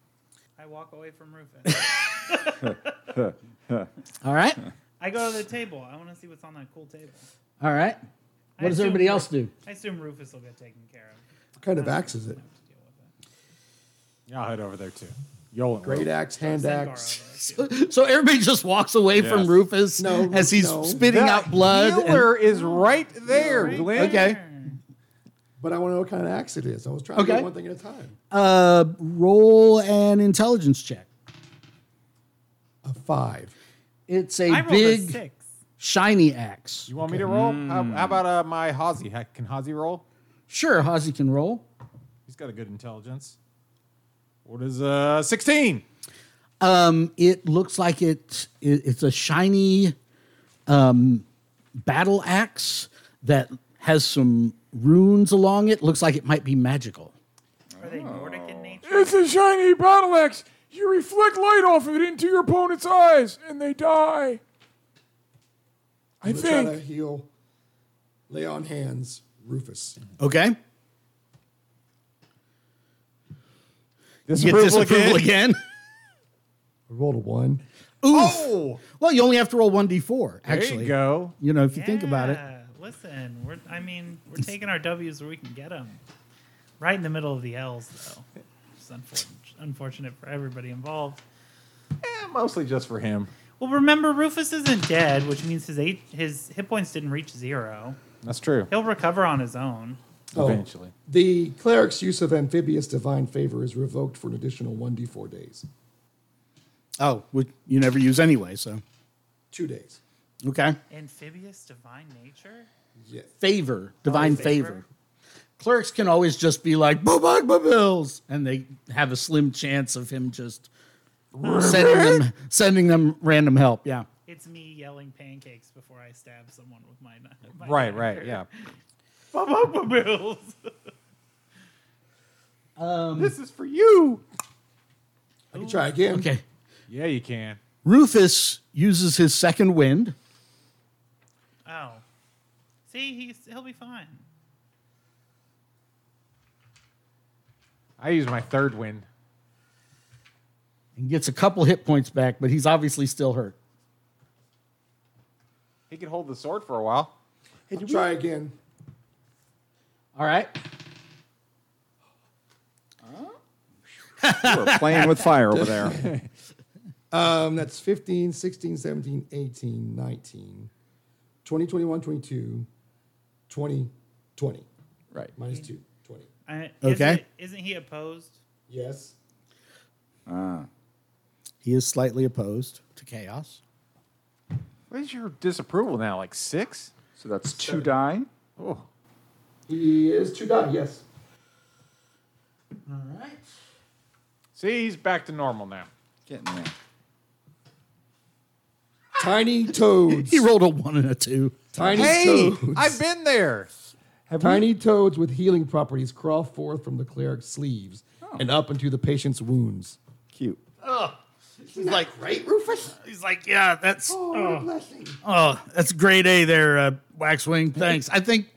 S6: I walk away from Rufus.
S2: All right.
S6: I go to the table. I want to see what's on that cool table.
S2: All right.
S6: I
S2: What does
S6: assume
S2: everybody
S6: Ru-
S2: else do?
S6: I assume Rufus will get taken care of.
S3: What kind of axe is
S6: To
S3: it?
S6: deal with it.
S5: Y'all head over there too. Yolan.
S3: Great axe, hand
S6: Send Garo
S3: axe.
S6: over.
S2: So everybody just walks away from Rufus
S3: No,
S2: as he's
S3: no.
S2: spitting out blood. and-
S5: Healer is right there, Glenn.
S2: okay.
S3: But I want to know what kind of axe it is. I was trying to
S2: Okay.
S3: do one thing at a time.
S2: Uh, roll an intelligence check.
S3: A five.
S2: It's a
S6: I rolled a
S2: big
S6: six.
S2: shiny axe.
S5: You want me to roll? How, how about uh, my Hazi? Ha- Can Hazi roll?
S2: Sure, Hazi can roll.
S5: He's got a good intelligence. What is uh 16?
S2: Um, it looks like it, it- it's a shiny um, battle axe that has some runes along it. Looks like it might be magical.
S6: Are they Nordic in nature?
S7: It's a shiny battle axe. You reflect light off of it into your opponent's eyes, and they die. I
S3: I'm gonna try to
S7: think.
S3: heal. Lay on hands, Rufus.
S2: Okay. You get
S5: Disapproval,
S2: disapproval again.
S3: I rolled a one.
S5: Oh,
S2: well, you only have to roll 1d4,
S5: there
S2: actually.
S5: you go.
S2: You know, if you think about it.
S6: Yeah, Listen, we're, I mean, we're taking our W's where we can get them. Right in the middle of the L's, though. It's unfortunate, unfortunate for everybody involved.
S5: Eh, mostly just for him.
S6: Well, remember, Rufus isn't dead, which means his eight, his hit points didn't reach zero.
S5: That's true.
S6: He'll recover on his own.
S3: Oh.
S5: Eventually.
S3: The cleric's use of amphibious divine favor is revoked for an additional 1d4 days.
S2: Oh, which you never use anyway, so.
S3: Two days.
S2: Okay.
S6: Amphibious divine nature?
S3: Yes.
S2: favor, divine favor.
S6: favor.
S2: Clerks can always just be like, "Bubagba bills," and they have a slim chance of him just sending them sending them random help. Yeah.
S6: It's me yelling pancakes before I stab someone with my knife.
S5: Right, right, yeah.
S6: Bills.
S5: this is for you.
S3: I can try again.
S2: Okay.
S5: Yeah, you can.
S2: Rufus uses his second wind.
S6: Oh. See, he's, he'll be fine.
S5: I use my third win.
S2: and gets a couple hit points back, but he's obviously still hurt.
S5: He can hold the sword for a while.
S3: I'll try again.
S2: All right.
S4: We're playing with fire over there.
S3: Um, that's 15, 16, 17, 18, 19, 20, 21, 22, 20, 20.
S4: Right.
S3: Minus two, 20.
S6: I,
S2: Okay.
S6: Isn't, isn't he opposed?
S3: Yes.
S2: He is slightly opposed to chaos.
S5: What is your disapproval now? Like six?
S4: So that's two die.
S5: Oh.
S3: He is two die, yes.
S2: All right.
S5: See, he's back to normal now.
S4: Getting there.
S3: Tiny toads.
S2: He rolled a one and a two.
S3: Tiny
S5: Hey,
S3: toads.
S5: I've been there.
S3: Tiny toads with healing properties crawl forth from the cleric's sleeves and up into the patient's wounds.
S4: Cute.
S2: He's like,
S3: Right, Rufus?
S2: he's like, yeah, that's
S3: Oh, blessing.
S2: Oh, that's grade A there, uh, Waxwing. Thanks. I think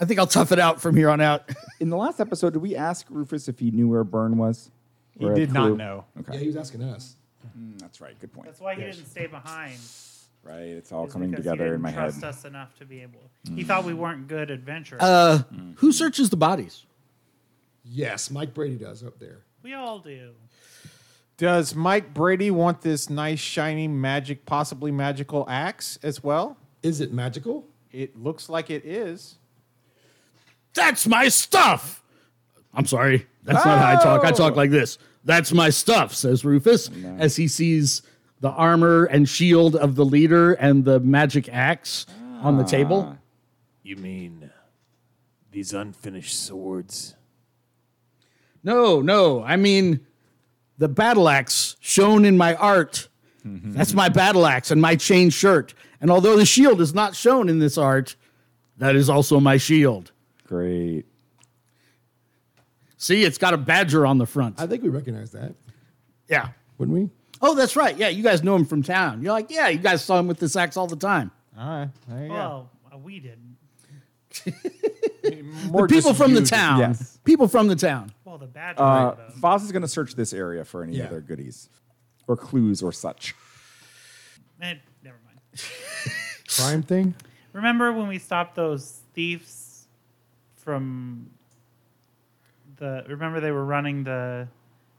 S2: I think I'll tough it out from here on out.
S4: In the last episode, did we ask Rufus if he knew where Burn was?
S5: He
S4: Or a
S5: did not
S4: clue?
S5: know.
S3: Yeah, he was asking us.
S4: That's right. Good point.
S6: That's why he didn't stay behind.
S4: right? It's all
S6: It's
S4: coming
S6: because he
S4: together in
S6: didn't
S4: my head. Mm.
S6: trust us enough to be able. He thought we weren't good adventurers.
S2: Uh, Who searches the bodies?
S3: Yes, Mike Brady does up there.
S6: we all do.
S5: Does Mike Brady want this nice, shiny, magic, possibly magical axe as well?
S3: Is it magical?
S5: It looks like it is.
S2: That's my stuff. I'm sorry. That's not how I talk. I talk like this. That's my stuff, says Rufus as he sees the armor and shield of the leader and the magic axe on the table.
S8: You mean these unfinished swords?
S2: No, no. I mean, the battle axe shown in my art. That's my battle axe and my chain shirt. And although the shield is not shown in this art, that is also my shield.
S4: Great.
S2: See, it's got a badger on the front.
S3: I think we recognize that,
S2: yeah.
S3: wouldn't we?
S2: Oh, that's right. Yeah, you guys know him from town. You're like, yeah, you guys saw him with this axe all the time.
S5: All right, there you
S6: Well, uh, we didn't.
S5: go. More
S2: the people
S5: just
S2: from the
S5: you-
S2: town.
S4: yes.
S2: People from the town.
S6: Well, the badger.
S4: Uh,
S6: though.
S4: Foz is going to search this area for any
S3: Yeah.
S4: other goodies or clues or such.
S6: Eh, never mind.
S3: Crime thing?
S6: Remember when we stopped those thieves from the? Remember they were running the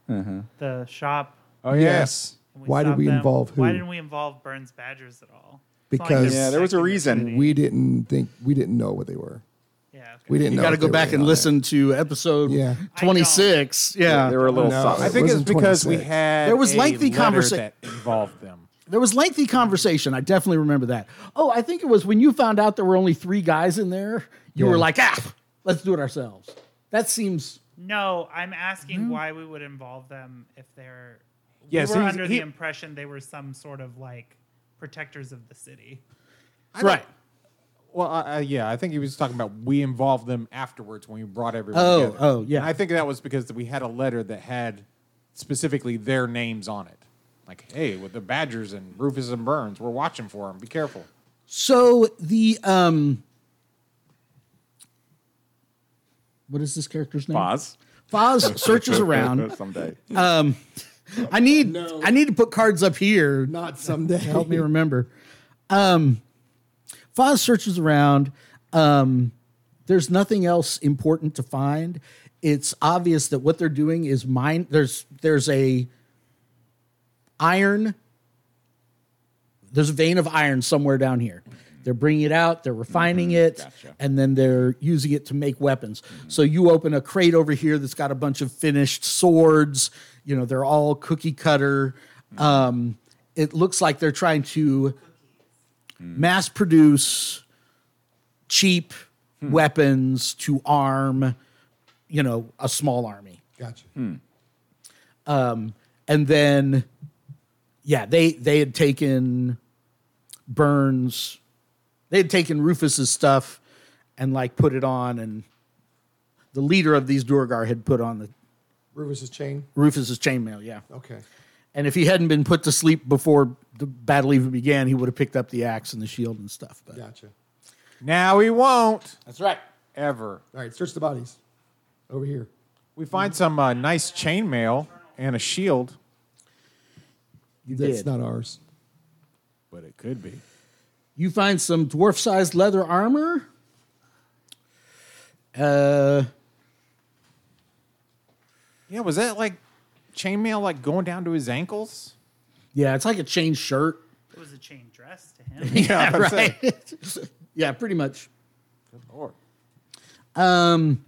S4: Mm-hmm.
S6: the shop.
S5: Oh
S3: Yes.
S6: and
S3: Why did
S6: stopped
S3: we
S6: them?
S3: involve who?
S6: Why didn't we involve Burns Badgers at all? It's not
S3: Because-
S6: they're
S4: Yeah, there was a
S6: protecting the
S4: reason.
S6: city.
S3: We didn't think we didn't know what they were.
S6: yeah, okay.
S3: We didn't.
S2: You
S3: know
S2: got to
S3: if
S2: go
S3: they
S2: back
S3: were
S2: and
S3: in on
S2: listen to episode
S3: Yeah.
S2: twenty six. Yeah,
S4: They were a little
S3: No.
S4: soft.
S5: I think it's
S3: wasn't
S5: because we
S3: 26.
S5: had
S2: There was
S5: a
S2: lengthy
S5: letter
S2: conversa-
S5: that involved them.
S2: there was lengthy conversation. I definitely remember that. Oh, I think it was when you found out there were only three guys in there. You were
S3: Yeah.
S2: like, ah, let's do it ourselves. That seems
S6: No, I'm asking why we would involve them if they're.
S5: Yes,
S6: we were
S5: he's-
S6: under
S5: he-
S6: the impression they were some sort of like protectors of the city.
S2: right.
S5: Well, I, I, yeah, I think he was talking about we involved them afterwards when we brought everyone.
S2: Oh,
S5: together.
S2: oh, yeah.
S5: And I think that was because we had a letter that had specifically their names on it. Like, hey, with the Badgers and Rufus and Burns, we're watching for them. Be careful.
S2: So the um, what is this character's name?
S4: Foz.
S2: Foz searches around.
S4: Someday.
S2: I need
S3: No.
S2: I need to put cards up here.
S3: Not someday.
S2: Help me remember. Um, Foz searches around. Um, there's nothing else important to find. It's obvious that what they're doing is mine. There's there's a iron. There's a vein of iron somewhere down here. They're bringing it out. They're refining it, and then they're using it to make weapons. So you open a crate over here that's got a bunch of finished swords. You know they're all cookie cutter. Um, it looks like they're trying to mass produce cheap weapons to arm, you know, a small army.
S3: Gotcha.
S2: Hmm. And then yeah, they they had taken Burns, they had taken Rufus's stuff and like put it on and the leader of these Durgar had put on the
S3: Rufus's chain.
S2: Rufus's chainmail, yeah.
S3: Okay.
S2: And if he hadn't been put to sleep before the battle even began, he would have picked up the axe and the shield and stuff. But
S3: Gotcha.
S5: Now we won't
S2: that's right.
S5: ever.
S3: All right. Search the bodies. Over here.
S5: We find some uh, nice chainmail and a shield,
S2: You
S3: That's
S2: did.
S3: not ours.
S5: but it could be.
S2: You find some dwarf sized leather armor. Uh,
S5: Yeah, was that like chainmail like going down to his ankles?
S2: yeah, it's like a chain shirt.
S6: It was a chain dress to him.
S5: Yeah, that's it.
S2: right. yeah, pretty much.
S5: Lord.
S2: Um,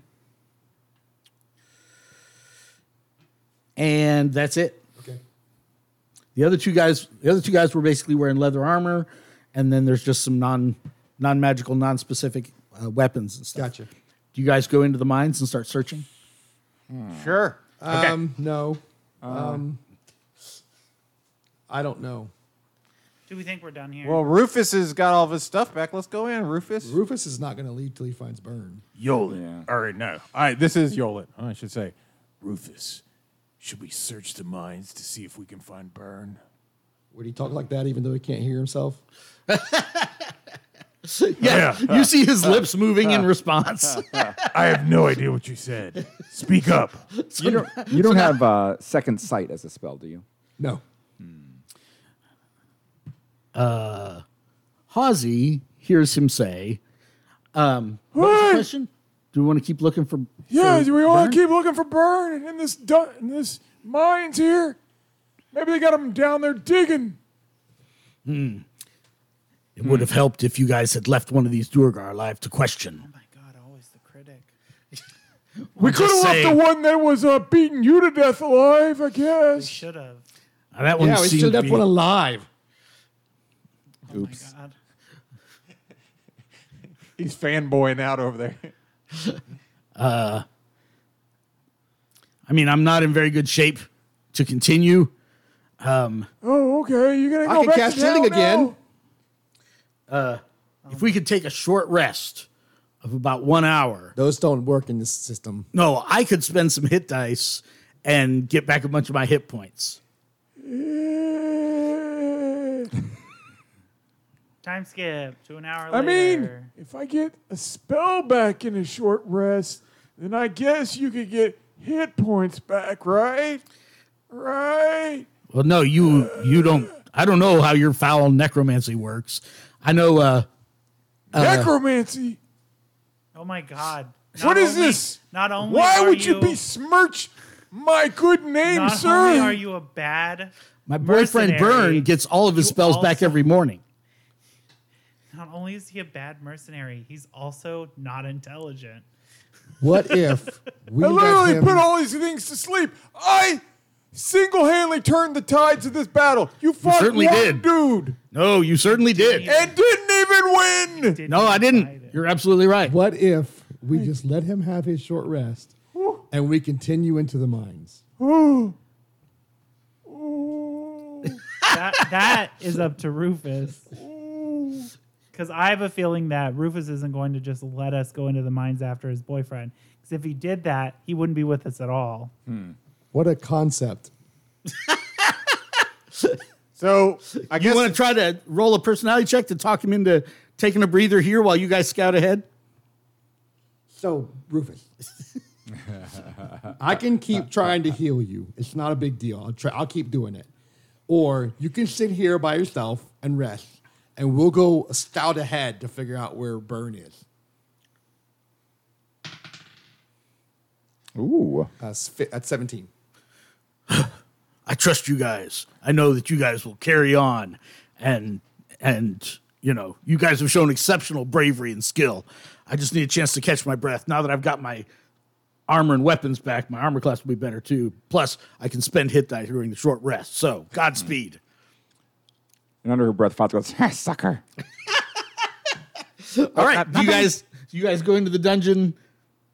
S2: and that's it.
S3: Okay.
S2: The other two guys, the other two guys were basically wearing leather armor, and then there's just some non non magical, non specific uh, weapons and stuff.
S3: Gotcha.
S2: Do you guys go into the mines and start searching?
S5: Sure.
S3: Um, no.
S2: Uh.
S3: Um, I don't know.
S6: Do we think we're done here?
S5: Well, Rufus has got all of his stuff back. Let's go in, Rufus.
S3: Rufus is not going to leave till he finds Burn.
S8: Yolan.
S5: All right, no. All right, this is Yolan, I should say.
S8: Rufus, should we search the mines to see if we can find Burn?
S3: Would he talk like that even though he can't hear himself?
S2: yeah, you see his lips moving in response.
S8: I have no idea what you said. Speak up.
S4: you don't, you don't have uh, second sight as a spell, do you?
S3: No.
S2: Hawsey hears him say, um, what was the
S7: Hey!
S2: question? Do we want to keep looking for?
S7: Yeah,
S2: for
S7: do we want
S2: Vern?
S7: to keep looking for Burn in this du- in this mines here? Maybe they got him down there digging.
S2: It would
S3: Hmm.
S2: have helped if you guys had left one of these Durgar alive to question.
S6: my god, always the critic.
S7: We could have
S2: just
S7: left the
S2: saying.
S7: one that was uh, beating you to death alive, I guess.
S6: Should have.
S2: Now, that one
S3: Yeah, we
S2: seemed
S3: should
S2: to
S3: have
S2: be-
S3: one alive.
S6: Oh my god.
S5: He's fanboying out over there.
S2: I mean, I'm not in very good shape to continue.
S7: Oh, okay. You're gonna go
S3: I can
S7: back
S3: cast
S7: to town
S3: healing again.
S7: now?
S2: If we could take a short rest of about one hour,
S9: Those don't work in this system.
S2: no, I could spend some hit dice and get back a bunch of my hit points.
S7: Eh,
S6: Time skip to an hour
S7: I mean,
S6: later.
S7: if I get a spell back in a short rest, then I guess you could get hit points back, right? Right.
S2: Well, no, you you don't. I don't know how your foul necromancy works. I know. uh
S7: Necromancy.
S6: Oh my god.
S7: What
S6: Not
S7: is
S6: only-
S7: this?
S6: Not only
S7: Why
S6: are
S7: would you besmirch my good name,
S6: not
S7: sir?
S6: only are you a bad
S2: My boyfriend
S6: mercenary,
S2: Byrne gets all of his
S6: you
S2: spells back
S6: also-
S2: every morning.
S6: Not only is he a bad mercenary, he's also not intelligent.
S9: What if we
S7: I
S9: let
S7: literally
S9: him,
S7: put all these things to sleep. I single-handedly turned the tides of this battle. You fought
S2: certainly
S7: one
S2: did.
S7: dude
S2: No, you certainly did.
S7: and didn't even win.
S6: Didn't
S2: No, I
S6: fight
S2: didn't.
S6: it.
S2: You're absolutely right.
S9: What if we just let him have his short rest and we continue into the mines?
S6: That, that is up to Rufus. Because I have a feeling that Rufus isn't going to just let us go into the mines after his boyfriend. Because if he did that, he wouldn't be with us at all.
S9: What a concept.
S5: So I
S2: You
S5: guess
S2: want to try to roll a personality check to talk him into taking a breather here while you guys scout ahead?
S9: So, Rufus.
S3: I can keep trying to heal you. It's not a big deal. I'll try. I'll keep doing it. Or you can sit here by yourself and rest, and we'll go a stout ahead to figure out where Burn is.
S4: Ooh.
S3: That's fi- that's seventeen.
S2: I trust you guys. I know that you guys will carry on and and you know, you guys have shown exceptional bravery and skill. I just need a chance to catch my breath. Now that I've got my armor and weapons back, my armor class will be better too. Plus, I can spend hit dice during the short rest. So, godspeed.
S4: And under her breath, Fox goes, "Ha, sucker.
S2: All right, do you guys do you guys go into the dungeon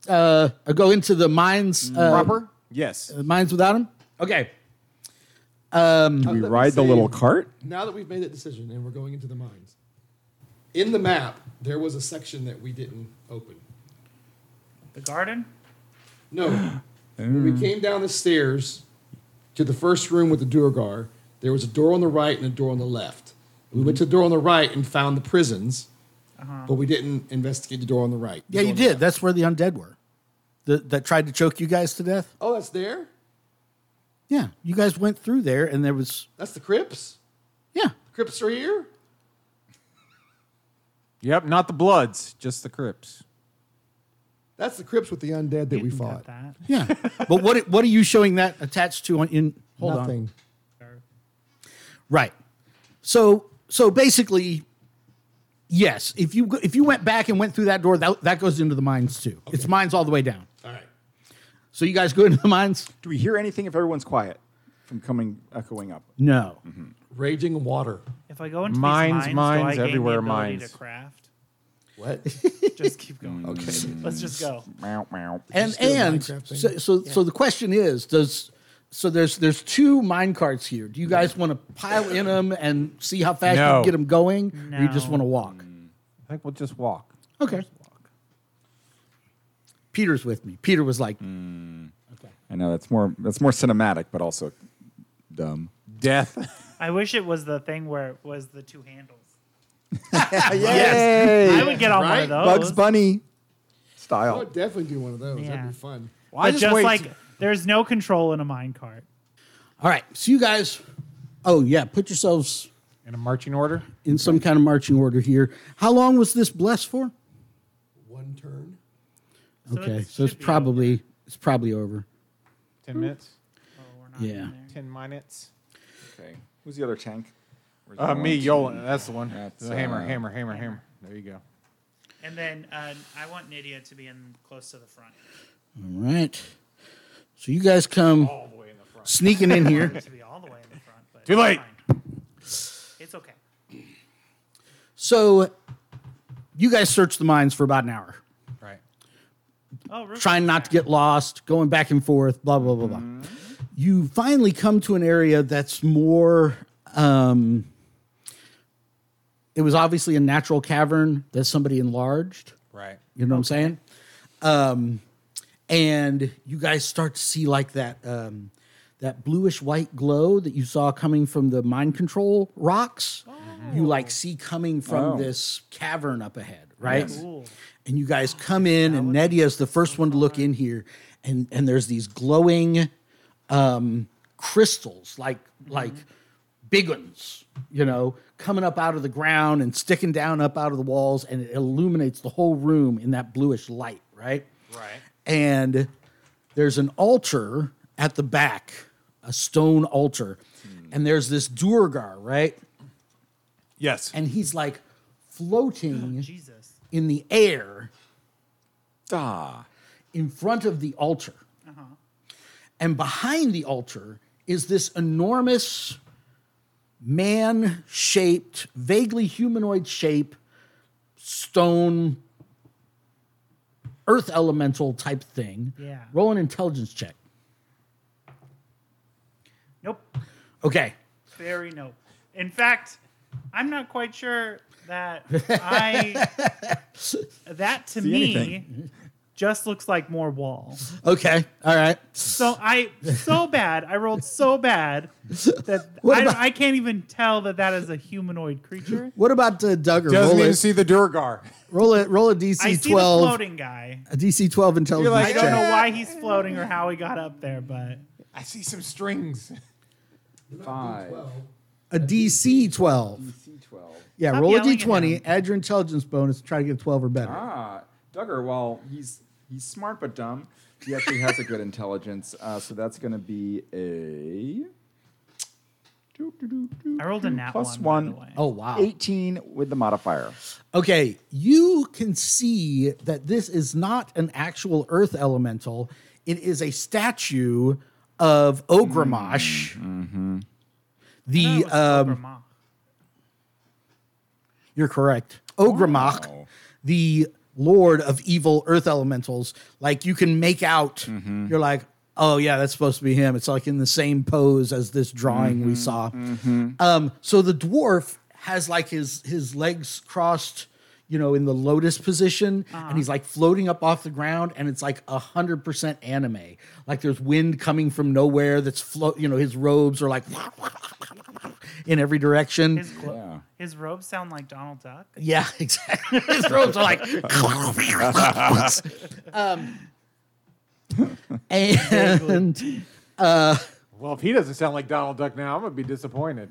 S2: uh or go into the mines uh,
S5: proper. Yes.
S2: the mines without him? Okay.
S4: Do we ride the little cart?
S3: Now that we've made that decision and we're going into the mines, in the map there was a section that we didn't open.
S6: The garden?
S3: No, when we came down the stairs to the first room with the Durgar, there was a door on the right and a door on the left. We
S9: Mm-hmm.
S3: went to the door on the right and found the prisons, but we didn't investigate the door on the right. The
S2: Yeah,
S3: door
S2: you
S3: on the
S2: did.
S3: left.
S2: That's where the undead were. The, that tried to choke you guys to death?
S3: Oh, that's there.
S2: Yeah, you guys went through there, and there was
S3: That's the Crips.
S2: yeah.
S3: Crips are here.
S5: Yep, not the Bloods, just the Crips.
S3: That's the Crips with the undead that
S6: You
S3: we
S6: can cut
S3: fought.
S6: That.
S2: Yeah. but what what are you showing that attached to on in hold
S9: Nothing.
S2: on. Right. So so basically yes, if you go- if you went back and went through that door that that goes into the mines too. It's mines all the way down.
S3: All right.
S2: So you guys go into the mines?
S4: Do we hear anything if everyone's quiet from coming echoing up?
S2: No.
S3: Mm-hmm. Raging water.
S6: If I go into
S5: Mines,
S6: these mines, do I
S5: mines,
S6: gain the
S5: everywhere
S6: ability
S5: mines.
S6: to craft?
S3: What?
S6: Just keep going. okay. Let's just go.
S4: Meow, meow.
S2: and and so so, so the question is does so there's there's two mine carts here. Do you guys want to pile in them and see how fast you
S5: No.
S2: can get them going, or you just
S6: No.
S2: want to walk?
S5: I think we'll Mm. just walk.
S2: Okay. Peter's with me. Peter was like,
S4: I know that's more that's more cinematic, but also dumb.
S5: Death.
S6: I wish it was the thing where it was the two handles.
S4: Yes,
S6: I would get on
S3: Right?
S6: one of those.
S4: Bugs Bunny
S3: I
S4: style.
S3: would definitely do one of those. That'd
S6: Yeah.
S3: be fun.
S5: I
S6: But
S5: just
S6: just,
S5: wait
S6: like
S5: to-
S6: there's no control in a mine cart.
S2: "All right, so you guys, oh yeah, put yourselves
S5: in a marching order.
S2: in some kind of marching order here. How long was this blessed for?
S3: One turn.
S2: Okay,
S6: it
S2: so it's
S6: should be
S2: probably it's probably over.
S5: Ten minutes.
S2: Yeah.
S5: Ten minutes.
S4: Okay. Who's the other tank? Where's
S5: Uh,
S4: the
S5: me,
S4: one?
S5: Yolan. That's the one.
S4: That's,
S5: the hammer,
S4: uh,
S5: hammer, hammer, hammer. There you go.
S6: And then uh, I want Nydia to be in close to the front.
S2: All right. So you guys come sneaking in here.
S6: To be all the way in the front. But
S5: Too late.
S6: fine. It's okay.
S2: So you guys search the mines for about an hour,
S5: Right.
S6: Oh, Rufus
S2: trying not to get lost, going back and forth, blah, blah, blah, blah. You finally come to an area that's more. Um, it was obviously a natural cavern that somebody enlarged.
S5: Right.
S2: You know what I'm saying? Um, and you guys start to see like that um, that bluish white glow that you saw coming from the mind control rocks. You like see coming from
S4: Oh.
S2: this cavern up ahead, right?
S6: Cool.
S2: And you guys come in, and Nettie is the first one to look in here, and and there's these glowing um, crystals, like like big ones, you know, coming up out of the ground and sticking down up out of the walls, and it illuminates the whole room in that bluish light, right?
S5: Right.
S2: And there's an altar at the back, a stone altar, and there's this Durgar, right?
S5: Yes.
S2: And he's like floating
S6: Jesus.
S2: in the air
S4: Ah.
S2: in front of the altar. And behind the altar is this enormous man shaped, vaguely humanoid shape, stone, earth elemental type thing.
S6: Yeah.
S2: Roll an intelligence check.
S6: Nope.
S2: Okay.
S6: Very nope. In fact, I'm not quite sure that I. that to me just looks like more wall.
S2: Okay. All right.
S6: So I so bad. I rolled so bad that
S2: What
S6: I,
S2: about-
S6: I can't even tell that that is a humanoid creature.
S2: What about uh, Duggar?
S5: Doesn't
S2: Roll
S5: even
S2: it.
S5: see the Durgar.
S2: roll it. Roll a
S6: I
S2: DC
S6: see the
S2: 12.
S6: floating guy.
S2: A DC 12 intelligence
S5: like,
S6: I
S2: check.
S6: don't know why he's floating or how he got up there, but
S5: I see some strings.
S4: Five.
S2: A DC 12.
S4: C12.
S2: Yeah,
S6: Stop
S2: roll a
S6: yelling at
S2: d20,
S6: him.
S2: add your intelligence bonus, try to get a 12 or better.
S4: Ah, Duggar, while he's he's smart but dumb, he actually has a good intelligence. Uh, so that's going to be a.
S6: I rolled a nat
S4: Plus one.
S6: one. By the way.
S2: Oh, wow.
S4: 18 with the modifier.
S2: Okay, you can see that this is not an actual earth elemental. It is a statue of Ogramash.
S6: Mm-hmm. That
S2: The
S6: was
S2: um,
S6: Cobra
S2: you're correct. Ogramach, the lord of evil earth elementals. Like you can make out. You're like, "Oh yeah, that's supposed to be him." It's like in the same pose as this drawing we saw. Um, so the dwarf has like his his legs crossed, you know, in the lotus position, and he's like floating up off the ground, and it's like a hundred percent anime. Like there's wind coming from nowhere. That's float. You know, his robes are like in every direction.
S6: Ma. His, glo- his robes sound like Donald Duck.
S2: Yeah, exactly. His robes are like. um, and
S5: Well, if he doesn't sound like Donald Duck now, I'm gonna be disappointed.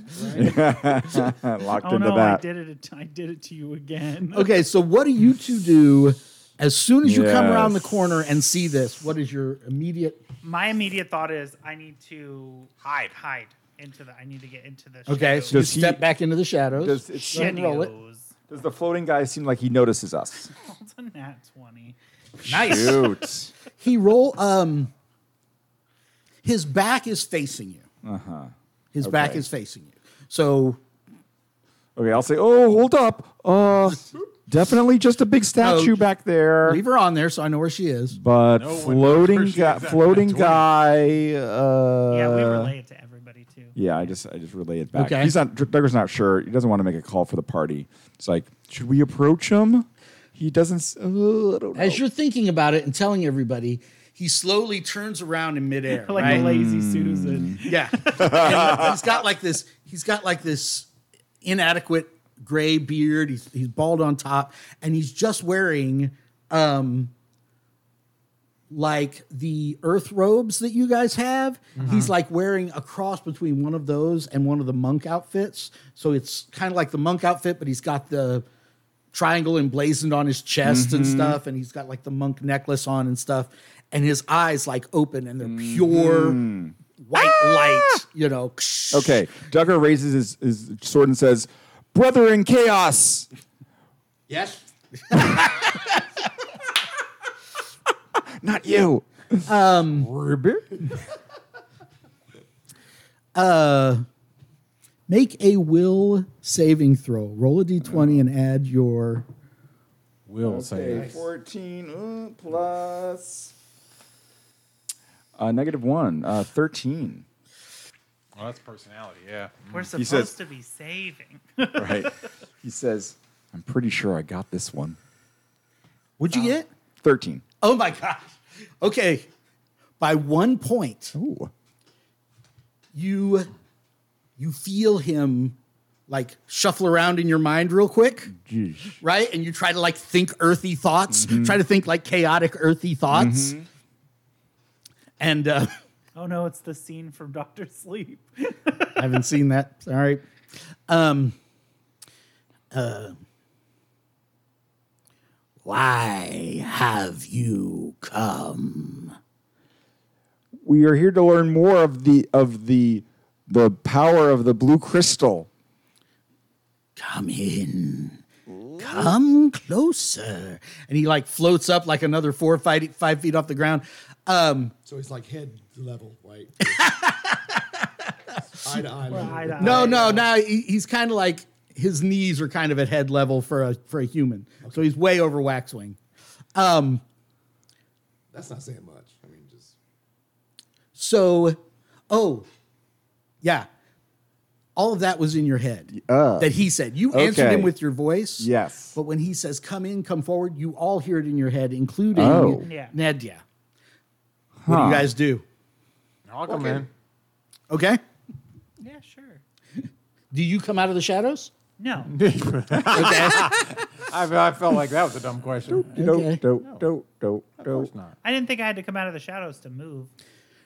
S4: Locked
S6: Oh
S4: into
S6: no, I
S4: that.
S6: did it! I did it to you again.
S2: okay, so what do you two do as soon as you come around the
S4: Yes.
S2: corner and see this? What is your immediate?
S6: My immediate thought is I need to hide, hide into the. I need to get into the.
S2: Okay,
S6: shadows.
S2: so you
S4: Does he-
S2: step back into the shadows.
S4: Does, it's,
S2: Go ahead and roll it.
S6: Shadows.
S4: does the floating guy seem like he notices us?
S6: It's a nat twenty.
S2: nice.
S4: Shoot.
S2: He roll. Um, his back is facing you. Uh huh. His back
S4: Uh-huh. Okay.
S2: is facing you. So
S4: okay, I'll say, oh, hold up. Uh, definitely just a big statue
S2: Oh,
S4: back there.
S2: leave her on there, so I know where she is.
S4: But
S5: No one
S4: floating,
S5: appreciates
S4: guy,
S5: that
S4: floating
S5: at
S4: guy. Uh,
S6: yeah, we relay it to everybody too.
S4: Yeah, I just I just relay it back.
S2: Okay.
S4: He's not Duggar's not sure. He doesn't want to make a call for the party. It's like, should we approach him? He doesn't. s- Uh, I don't know.
S2: As you're thinking about it and telling everybody, he slowly turns around in midair.
S6: Like
S2: right? Mm.
S6: a lazy Susan.
S2: Yeah. And he's got like this, he's got like this inadequate gray beard. He's he's bald on top, and he's just wearing um like the earth robes that you guys have. He's like wearing a cross between one of those and one of the monk outfits. So it's kind of like the monk outfit, but he's got the triangle emblazoned on his chest and stuff, and he's got like the monk necklace on and stuff. And his eyes like open and they're pure white light, you know.
S4: Okay, Duggar raises his, his sword and says, "Brother in chaos,
S2: Yes.
S4: not you."
S2: Make a will saving throw. Roll a d20 and add your
S5: Will say
S4: Okay, 14 uh, plus uh, negative 1, uh, 13.
S5: Well, that's personality, yeah.
S6: We're
S4: He
S6: supposed
S4: says-
S6: to be saving.
S4: Right. he says, I'm pretty sure I got this one.
S2: What'd you get?
S4: 13.
S2: Oh my gosh. Okay. By one point,
S4: Ooh.
S2: you you feel him like shuffle around in your mind real quick. Right? And you try to like think earthy thoughts, try to think like chaotic earthy thoughts. And uh,
S6: Oh no, it's the scene from Doctor Sleep.
S2: I haven't seen that. Sorry. Um, uh, why have you come?
S4: We are here to learn more of the of the the power of the blue crystal.
S2: come in come closer and he like floats up like another four or five, five feet off the ground um
S9: So he's like head level, right? eye to eye. level.
S6: Eye to
S2: no
S6: eye.
S2: no now he, he's kind of like his knees are kind of at head level for a for a human so he's way over waxwing um
S9: That's not saying much. I mean, just
S2: so oh yeah all of that was in your head that he said you answered
S4: uh, okay.
S2: him with your voice
S4: Yes.
S2: but when he says come in come forward you all hear it in your head including
S4: Oh.
S6: Yeah.
S2: Nadia. what do
S4: Huh.
S2: you guys do
S5: I'll come in.
S2: Okay.
S6: Yeah, sure.
S2: Do you come out of the shadows?
S6: No.
S5: I, I felt like that was a dumb question.
S2: Okay.
S4: Dope, dope, dope, dope, dope.
S6: I didn't think I had to come out of the shadows to move.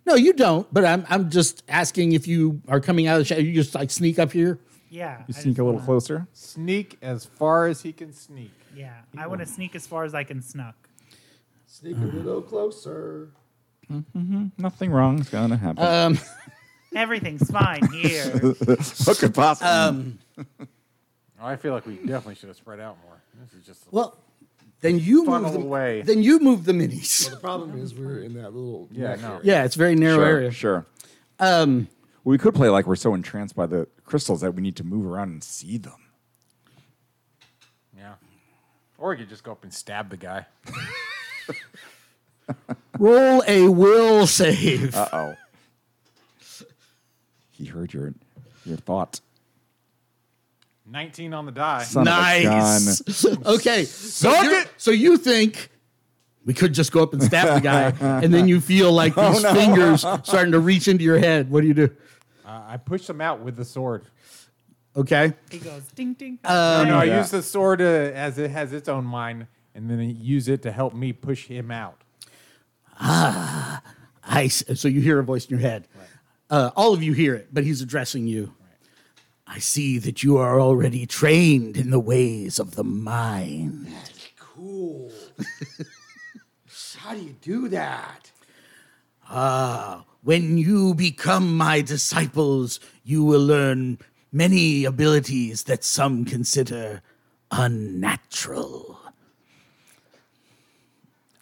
S2: No, you don't. But I'm I'm just asking if you are coming out of the shadow. You just like sneak up here.
S6: Yeah.
S4: You sneak a little closer.
S5: Sneak as far as he can sneak.
S6: Yeah. I want to sneak as far as I can snuck.
S9: sneak a little closer.
S4: Nothing wrong is going to happen.
S2: Uh,
S6: Everything's fine here.
S4: what could possibly
S2: um,
S5: I feel like we definitely should have spread out more. This is just a
S2: Well, then you
S5: Funnel
S2: move the,
S5: away.
S2: Then you move the minis.
S9: The problem is we're in that little
S5: yeah, no.
S2: yeah, it's very narrow area.
S4: Sure, sure.
S2: Um,
S4: We could play like we're so entranced by the crystals that we need to move around and see them.
S5: yeah. Or you could just go up and stab the guy.
S2: roll a will save.
S4: Uh oh. he heard your your thought.
S5: 19 on the die.
S4: Son Of a gun.
S2: nice. okay. So, you're- so you think we could just go up and stab the guy, and then you feel like these fingers starting to reach into your head. What do you do?
S5: Uh, I pushed him out with the sword.
S2: Okay.
S6: He goes ding ding.
S5: no, no,
S4: Yeah.
S5: I use the sword uh, as it has its own mind, and then I use it to help me push him out.
S2: I s- so you hear a voice in your head. Uh, all of you hear it, but he's addressing you. I see that you are already trained in the ways of the mind.
S9: Cool. How do you do that?
S2: Ah, When you become my disciples, you will learn many abilities that some consider unnatural.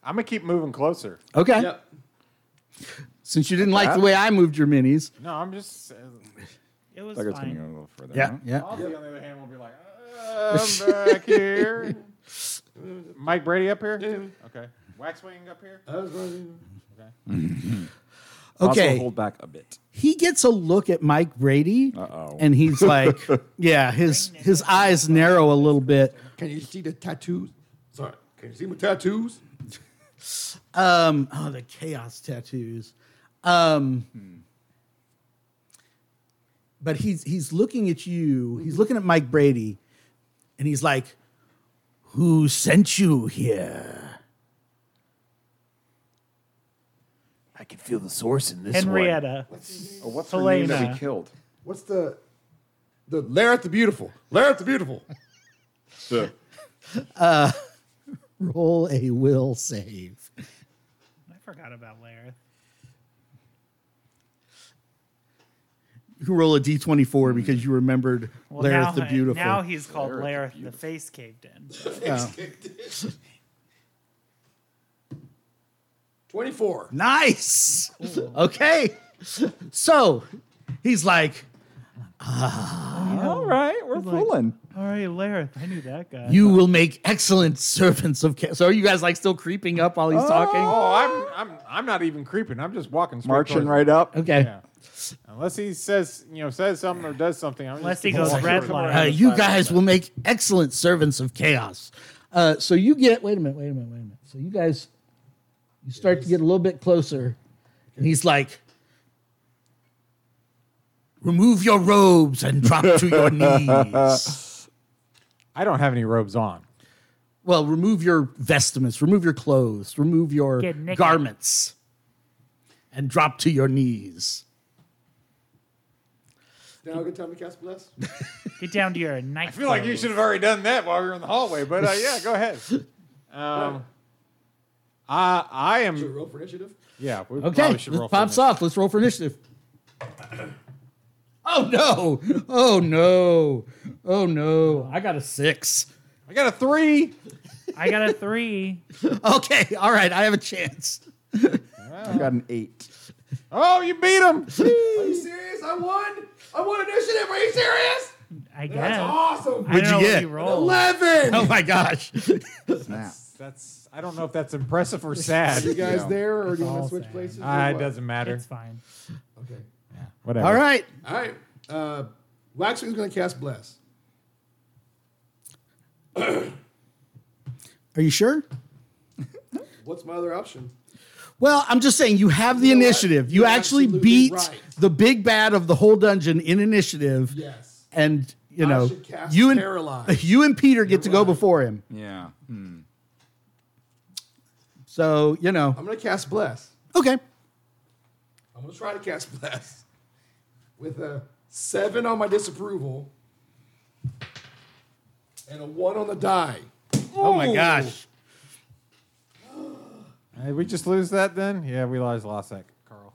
S5: I'm gonna keep moving closer.
S2: Okay.
S9: Yep.
S2: Since you didn't like the way I moved your minis.
S5: No, I'm just. Uh,
S6: It was
S4: Duggar's gonna go a
S6: fine.
S4: little further.
S2: Yeah.
S4: huh?
S2: Yeah.
S5: Ozzy, on the other hand, will be like, "Uh, I'm back here. Mike Brady up here? Okay. Waxwing up here?
S4: Also
S2: Okay.
S4: hold back a bit.
S2: He gets a look at Mike Brady,
S4: Uh-oh.
S2: and he's like, "Yeah, his his eyes narrow a little bit."
S9: Can you see the tattoos? Sorry. Can you see my tattoos?
S2: Um, oh, the chaos tattoos. Um, but he's he's looking at you. He's looking at Mike Brady, and he's like, "Who sent you here?"
S8: I can feel the source in this one.
S6: Henrietta.
S4: Oh, what's her name that we
S6: Helena.
S4: killed?
S3: What's the the Lareth the Beautiful? Lareth the Beautiful.
S2: Roll a will save.
S6: I forgot about Lareth.
S2: You roll a d24 because you remembered
S6: Well,
S2: Lareth
S6: now,
S2: the Beautiful.
S6: Now he's called Lareth, the face caved in.
S3: Twenty four.
S2: Nice. Okay. So he's like,
S4: All right, we're pulling.
S6: All right, Lareth. I knew that guy.
S2: You will make excellent servants of Ca-" So are you guys like still creeping up while he's talking?
S5: Oh, I'm I'm I'm not even creeping. I'm just walking straight
S4: Marching
S5: towards
S4: right up.
S2: Okay.
S5: Yeah. Unless he says, you know, says something or does something. I'm
S6: Unless
S5: just
S6: he goes
S5: walking
S6: red
S5: towards
S6: line.
S5: him.
S2: Uh, you guys will make excellent servants of chaos. Uh, so you get, wait a minute, wait a minute, wait a minute. So you guys, you start to get a little bit closer. And he's like, remove your robes and drop to your knees.
S5: I don't have any robes on.
S2: Well, remove your vestments, remove your clothes, remove your
S6: Get naked.
S2: garments, and drop to your knees.
S3: Now a good time to cast bless.
S6: Get down to your night.
S5: I feel like you should have already done that while we were in the hallway, but uh, yeah, go ahead. Um, I I
S3: Should we
S5: am
S3: roll for initiative?
S5: yeah. We
S2: Okay,
S5: probably should roll
S2: this
S5: for
S2: pops
S5: initiative.
S2: off. Let's roll for initiative. Oh no! Oh no! Oh no! I got a six.
S5: I got a three.
S6: I got a three.
S2: Okay, all right, I have a chance.
S4: I got an eight.
S5: Oh, you beat him.
S3: Are you serious? I won. I won initiative. Are you serious?
S6: I guess.
S3: That's
S6: I
S3: awesome.
S6: don't
S2: What'd you
S6: know
S2: get?
S6: what you roll.
S3: Eleven.
S2: Oh my gosh!
S4: Snap.
S5: That's I don't know if that's impressive or sad.
S3: You guys
S4: Yeah.
S3: there, or do you want
S6: all
S3: to switch
S6: sad.
S3: places? or
S5: Uh, it
S3: what?
S5: doesn't matter.
S6: It's fine.
S3: Okay.
S5: Whatever.
S2: All right,
S3: All right. Uh, Waxwing's going to cast bless.
S2: are you sure?
S3: What's my other option?
S2: Well, I'm just saying you have the
S3: know what?
S2: initiative. You
S3: You're
S2: actually
S3: absolutely
S2: beat
S3: right.
S2: the big bad of the whole dungeon in initiative.
S3: Yes.
S2: and you
S3: I
S2: know
S3: should cast
S2: you and
S3: Paralyze.
S2: you and Peter get to go before him.
S4: Yeah. Hmm.
S2: So you know,
S3: I'm going to cast bless.
S2: okay,
S3: I'm going to try to cast bless with a seven on my disapproval and a one on the die.
S5: Oh my gosh. Did Uh, we just lose that then? Yeah, we lost lost that, Carl.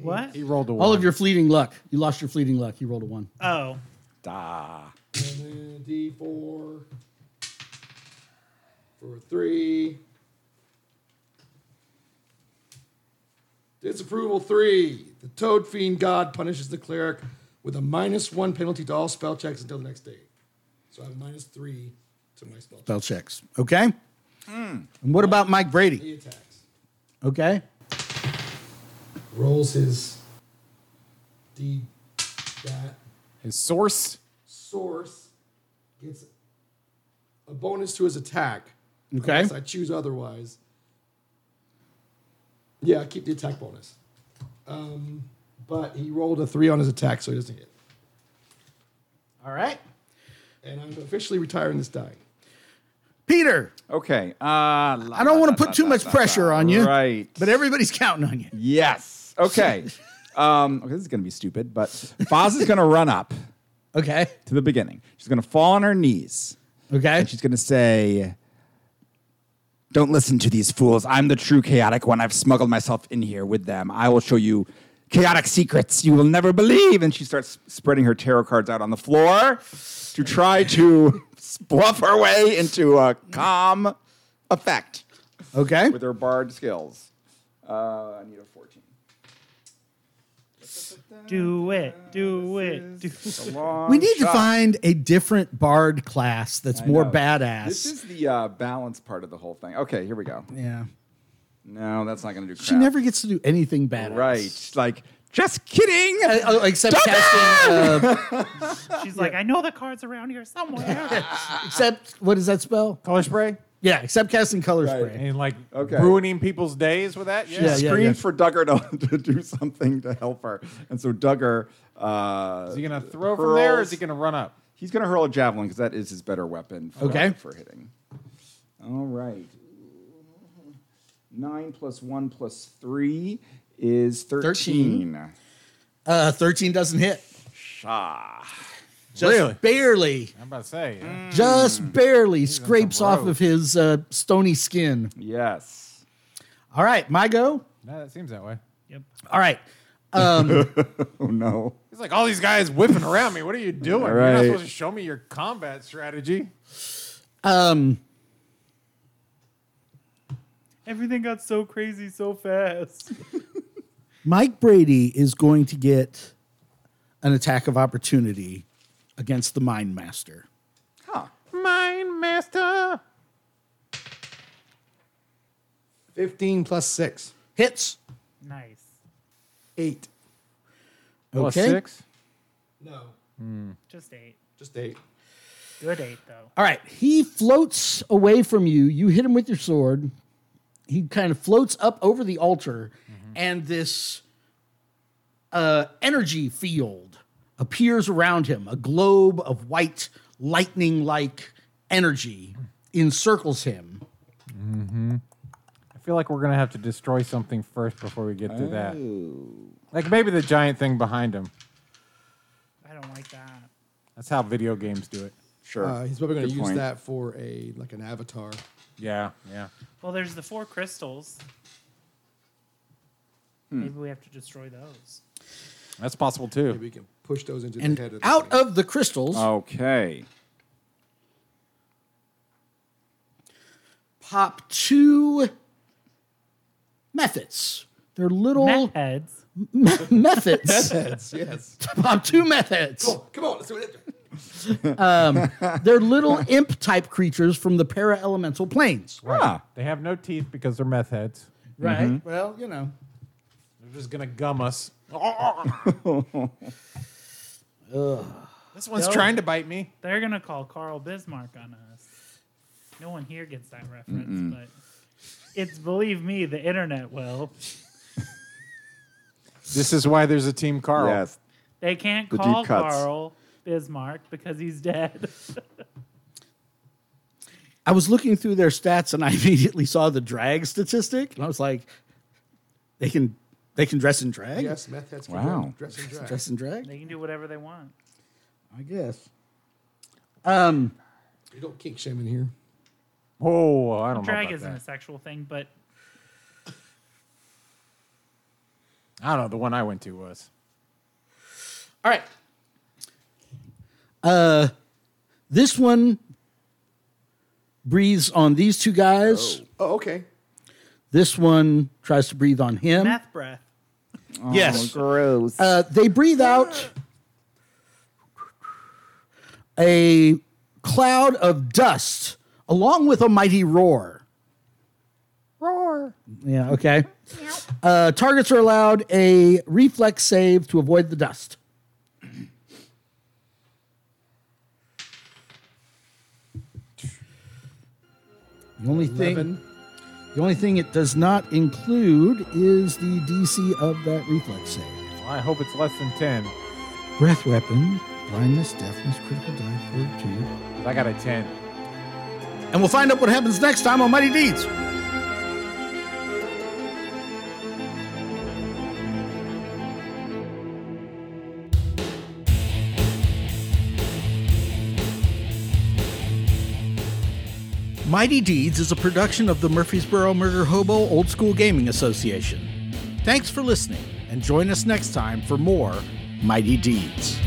S6: What?
S5: He rolled a one.
S2: all of your fleeting luck. You lost your fleeting luck. You rolled a one.
S6: Oh,
S4: Da.
S3: And then D4 for a three. Disapproval three. The Toad Fiend God punishes the cleric with a minus one penalty to all spell checks until the next day. So I have minus three to my spell check.
S2: Spell checks. Okay.
S4: Hmm.
S2: And what about Mike Brady?
S3: He attacks.
S2: Okay.
S3: Rolls his D that
S5: His source.
S3: source. Gets a bonus to his attack.
S2: Okay.
S3: Unless I choose otherwise. Yeah, keep the attack bonus. Um, but he rolled a three on his attack, so he doesn't hit.
S2: All right.
S3: And I'm officially retiring this die.
S2: Peter,
S4: Okay. Uh, I
S2: I don't want to put too much pressure on you,
S4: Right.
S2: But everybody's counting on you.
S4: Yes. Okay. um, okay, this is going to be stupid, but Foz is going to run up
S2: Okay.
S4: to the beginning. She's going to fall on her knees
S2: Okay.
S4: and she's going to say, Don't listen to these fools. I'm the true chaotic one. I've smuggled myself in here with them. I will show you chaotic secrets you will never believe. And she starts spreading her tarot cards out on the floor to try to bluff her way into a calm effect
S2: Okay.
S4: with her bard skills. Uh, I need a 14.
S6: do it, do it, do it.
S2: We need to find a different bard class that's more
S4: know.
S2: badass.
S4: This is the uh, balance part of the whole thing. Okay, here we go.
S2: yeah.
S4: No, that's not going to do crap.
S2: She never gets to do anything badass.
S4: Right. Like, just kidding.
S2: Uh, oh, except casting uh,
S6: She's like, I know the card's around here somewhere.
S2: except what does that spell?
S5: Color spray.
S2: Yeah, except casting color spray.
S5: And like
S4: Okay.
S5: ruining people's days with that. Yeah.
S2: Yeah,
S4: Screams
S2: yeah,
S4: for Duggar to, to do something to help her. And so Duggar. Uh,
S5: Is he gonna throw from there or is
S4: hurls-
S5: he gonna run up?
S4: He's going to hurl a javelin because that is his better weapon for,
S2: Okay.
S4: for hitting. All right. Nine plus one plus three is 13.
S2: Uh, 13 doesn't hit. Just
S5: Really?
S2: barely,
S5: I'm about to say. yeah.
S2: Mm. just barely scrapes off
S5: road.
S2: of his uh, stony skin.
S4: Yes.
S2: All right, my go.
S5: No, that seems that way.
S6: Yep.
S2: All right.
S4: Oh, no.
S5: He's like, all these guys whipping around me. What are you doing? You're
S4: Right.
S5: not supposed to show me your combat strategy.
S2: Um,
S6: Everything got so crazy so fast.
S2: Mike Brady is going to get an attack of opportunity against the Mind Master.
S5: Mine master.
S3: 15 plus 6.
S2: Hits.
S6: Nice.
S3: 8.
S2: Okay.
S3: No.
S6: Just eight.
S3: Just 8.
S6: Good eight though.
S2: All right. He floats away from you. You hit him with your sword. He kind of floats up over the altar,
S3: Mm-hmm.
S2: and this uh, energy field appears around him. A globe of white, lightning like energy encircles him.
S5: I feel like we're gonna have to destroy something first before we get to that.
S4: Oh.
S5: Like maybe the giant thing behind him.
S6: I don't like that.
S5: That's how video games do it.
S4: Sure.
S3: Uh, he's probably going
S4: Good
S3: to use
S4: point.
S3: that for a like an avatar.
S5: Yeah, yeah.
S6: Well, there's the four crystals.
S4: Hmm.
S6: Maybe we have to destroy those.
S5: That's possible too.
S3: Maybe we can push those into the head
S2: And
S3: of the Uh,
S2: out
S3: thing.
S2: of the crystals
S4: Okay.
S2: pop two methods. They're little
S6: Met heads.
S2: methods.
S3: Heads, yes.
S2: pop two methods. Um,
S3: Oh, come on, let's do it.
S2: They're little imp type creatures from the para elemental planes.
S4: Ah,
S5: They have no teeth because they're meth heads.
S2: Right. Well, you know.
S5: They're just gonna gum us. this one's trying to bite me.
S6: They're gonna call Carl Bismarck on us. No one here gets that reference, but it's believe me, the internet will.
S5: This is why there's a team Carl.
S4: yes.
S6: They can't
S4: The deep
S6: call
S4: cuts.
S6: Carl Bismarck because he's dead.
S2: I was looking through their stats and I immediately saw the drag statistic and I was like, they can they can dress in drag?
S3: Yes, meth heads can
S4: Wow.
S3: dress and drag.
S2: Dress in drag?
S6: they can do whatever they want.
S2: I guess. Um
S3: You don't kink shame in here.
S5: Oh, I don't
S6: Drag
S5: know about
S6: isn't a
S5: that.
S6: sexual thing, but
S5: I don't know. The one I went to was.
S2: all right. Uh this one breathes on these two guys.
S3: Oh, okay.
S2: This one tries to breathe on him.
S6: meth breath.
S3: Oh,
S2: yes.
S4: Gross.
S2: Uh, they breathe out a cloud of dust along with a mighty roar. Roar. Yeah, okay. Uh, targets are allowed a reflex save to avoid the dust. The only thing
S3: Eleven.
S2: the only thing it does not include is the DC of that reflex save.
S5: Well, I hope it's less than ten.
S2: Breath weapon, blindness, deafness, critical die, fortitude.
S5: 'cause I got a ten.
S2: And we'll find out what happens next time on Mighty Deeds. Mighty Deeds is a production of the Murfreesboro Murder Hobo Old School Gaming Association. Thanks for listening, and join us next time for more Mighty Deeds.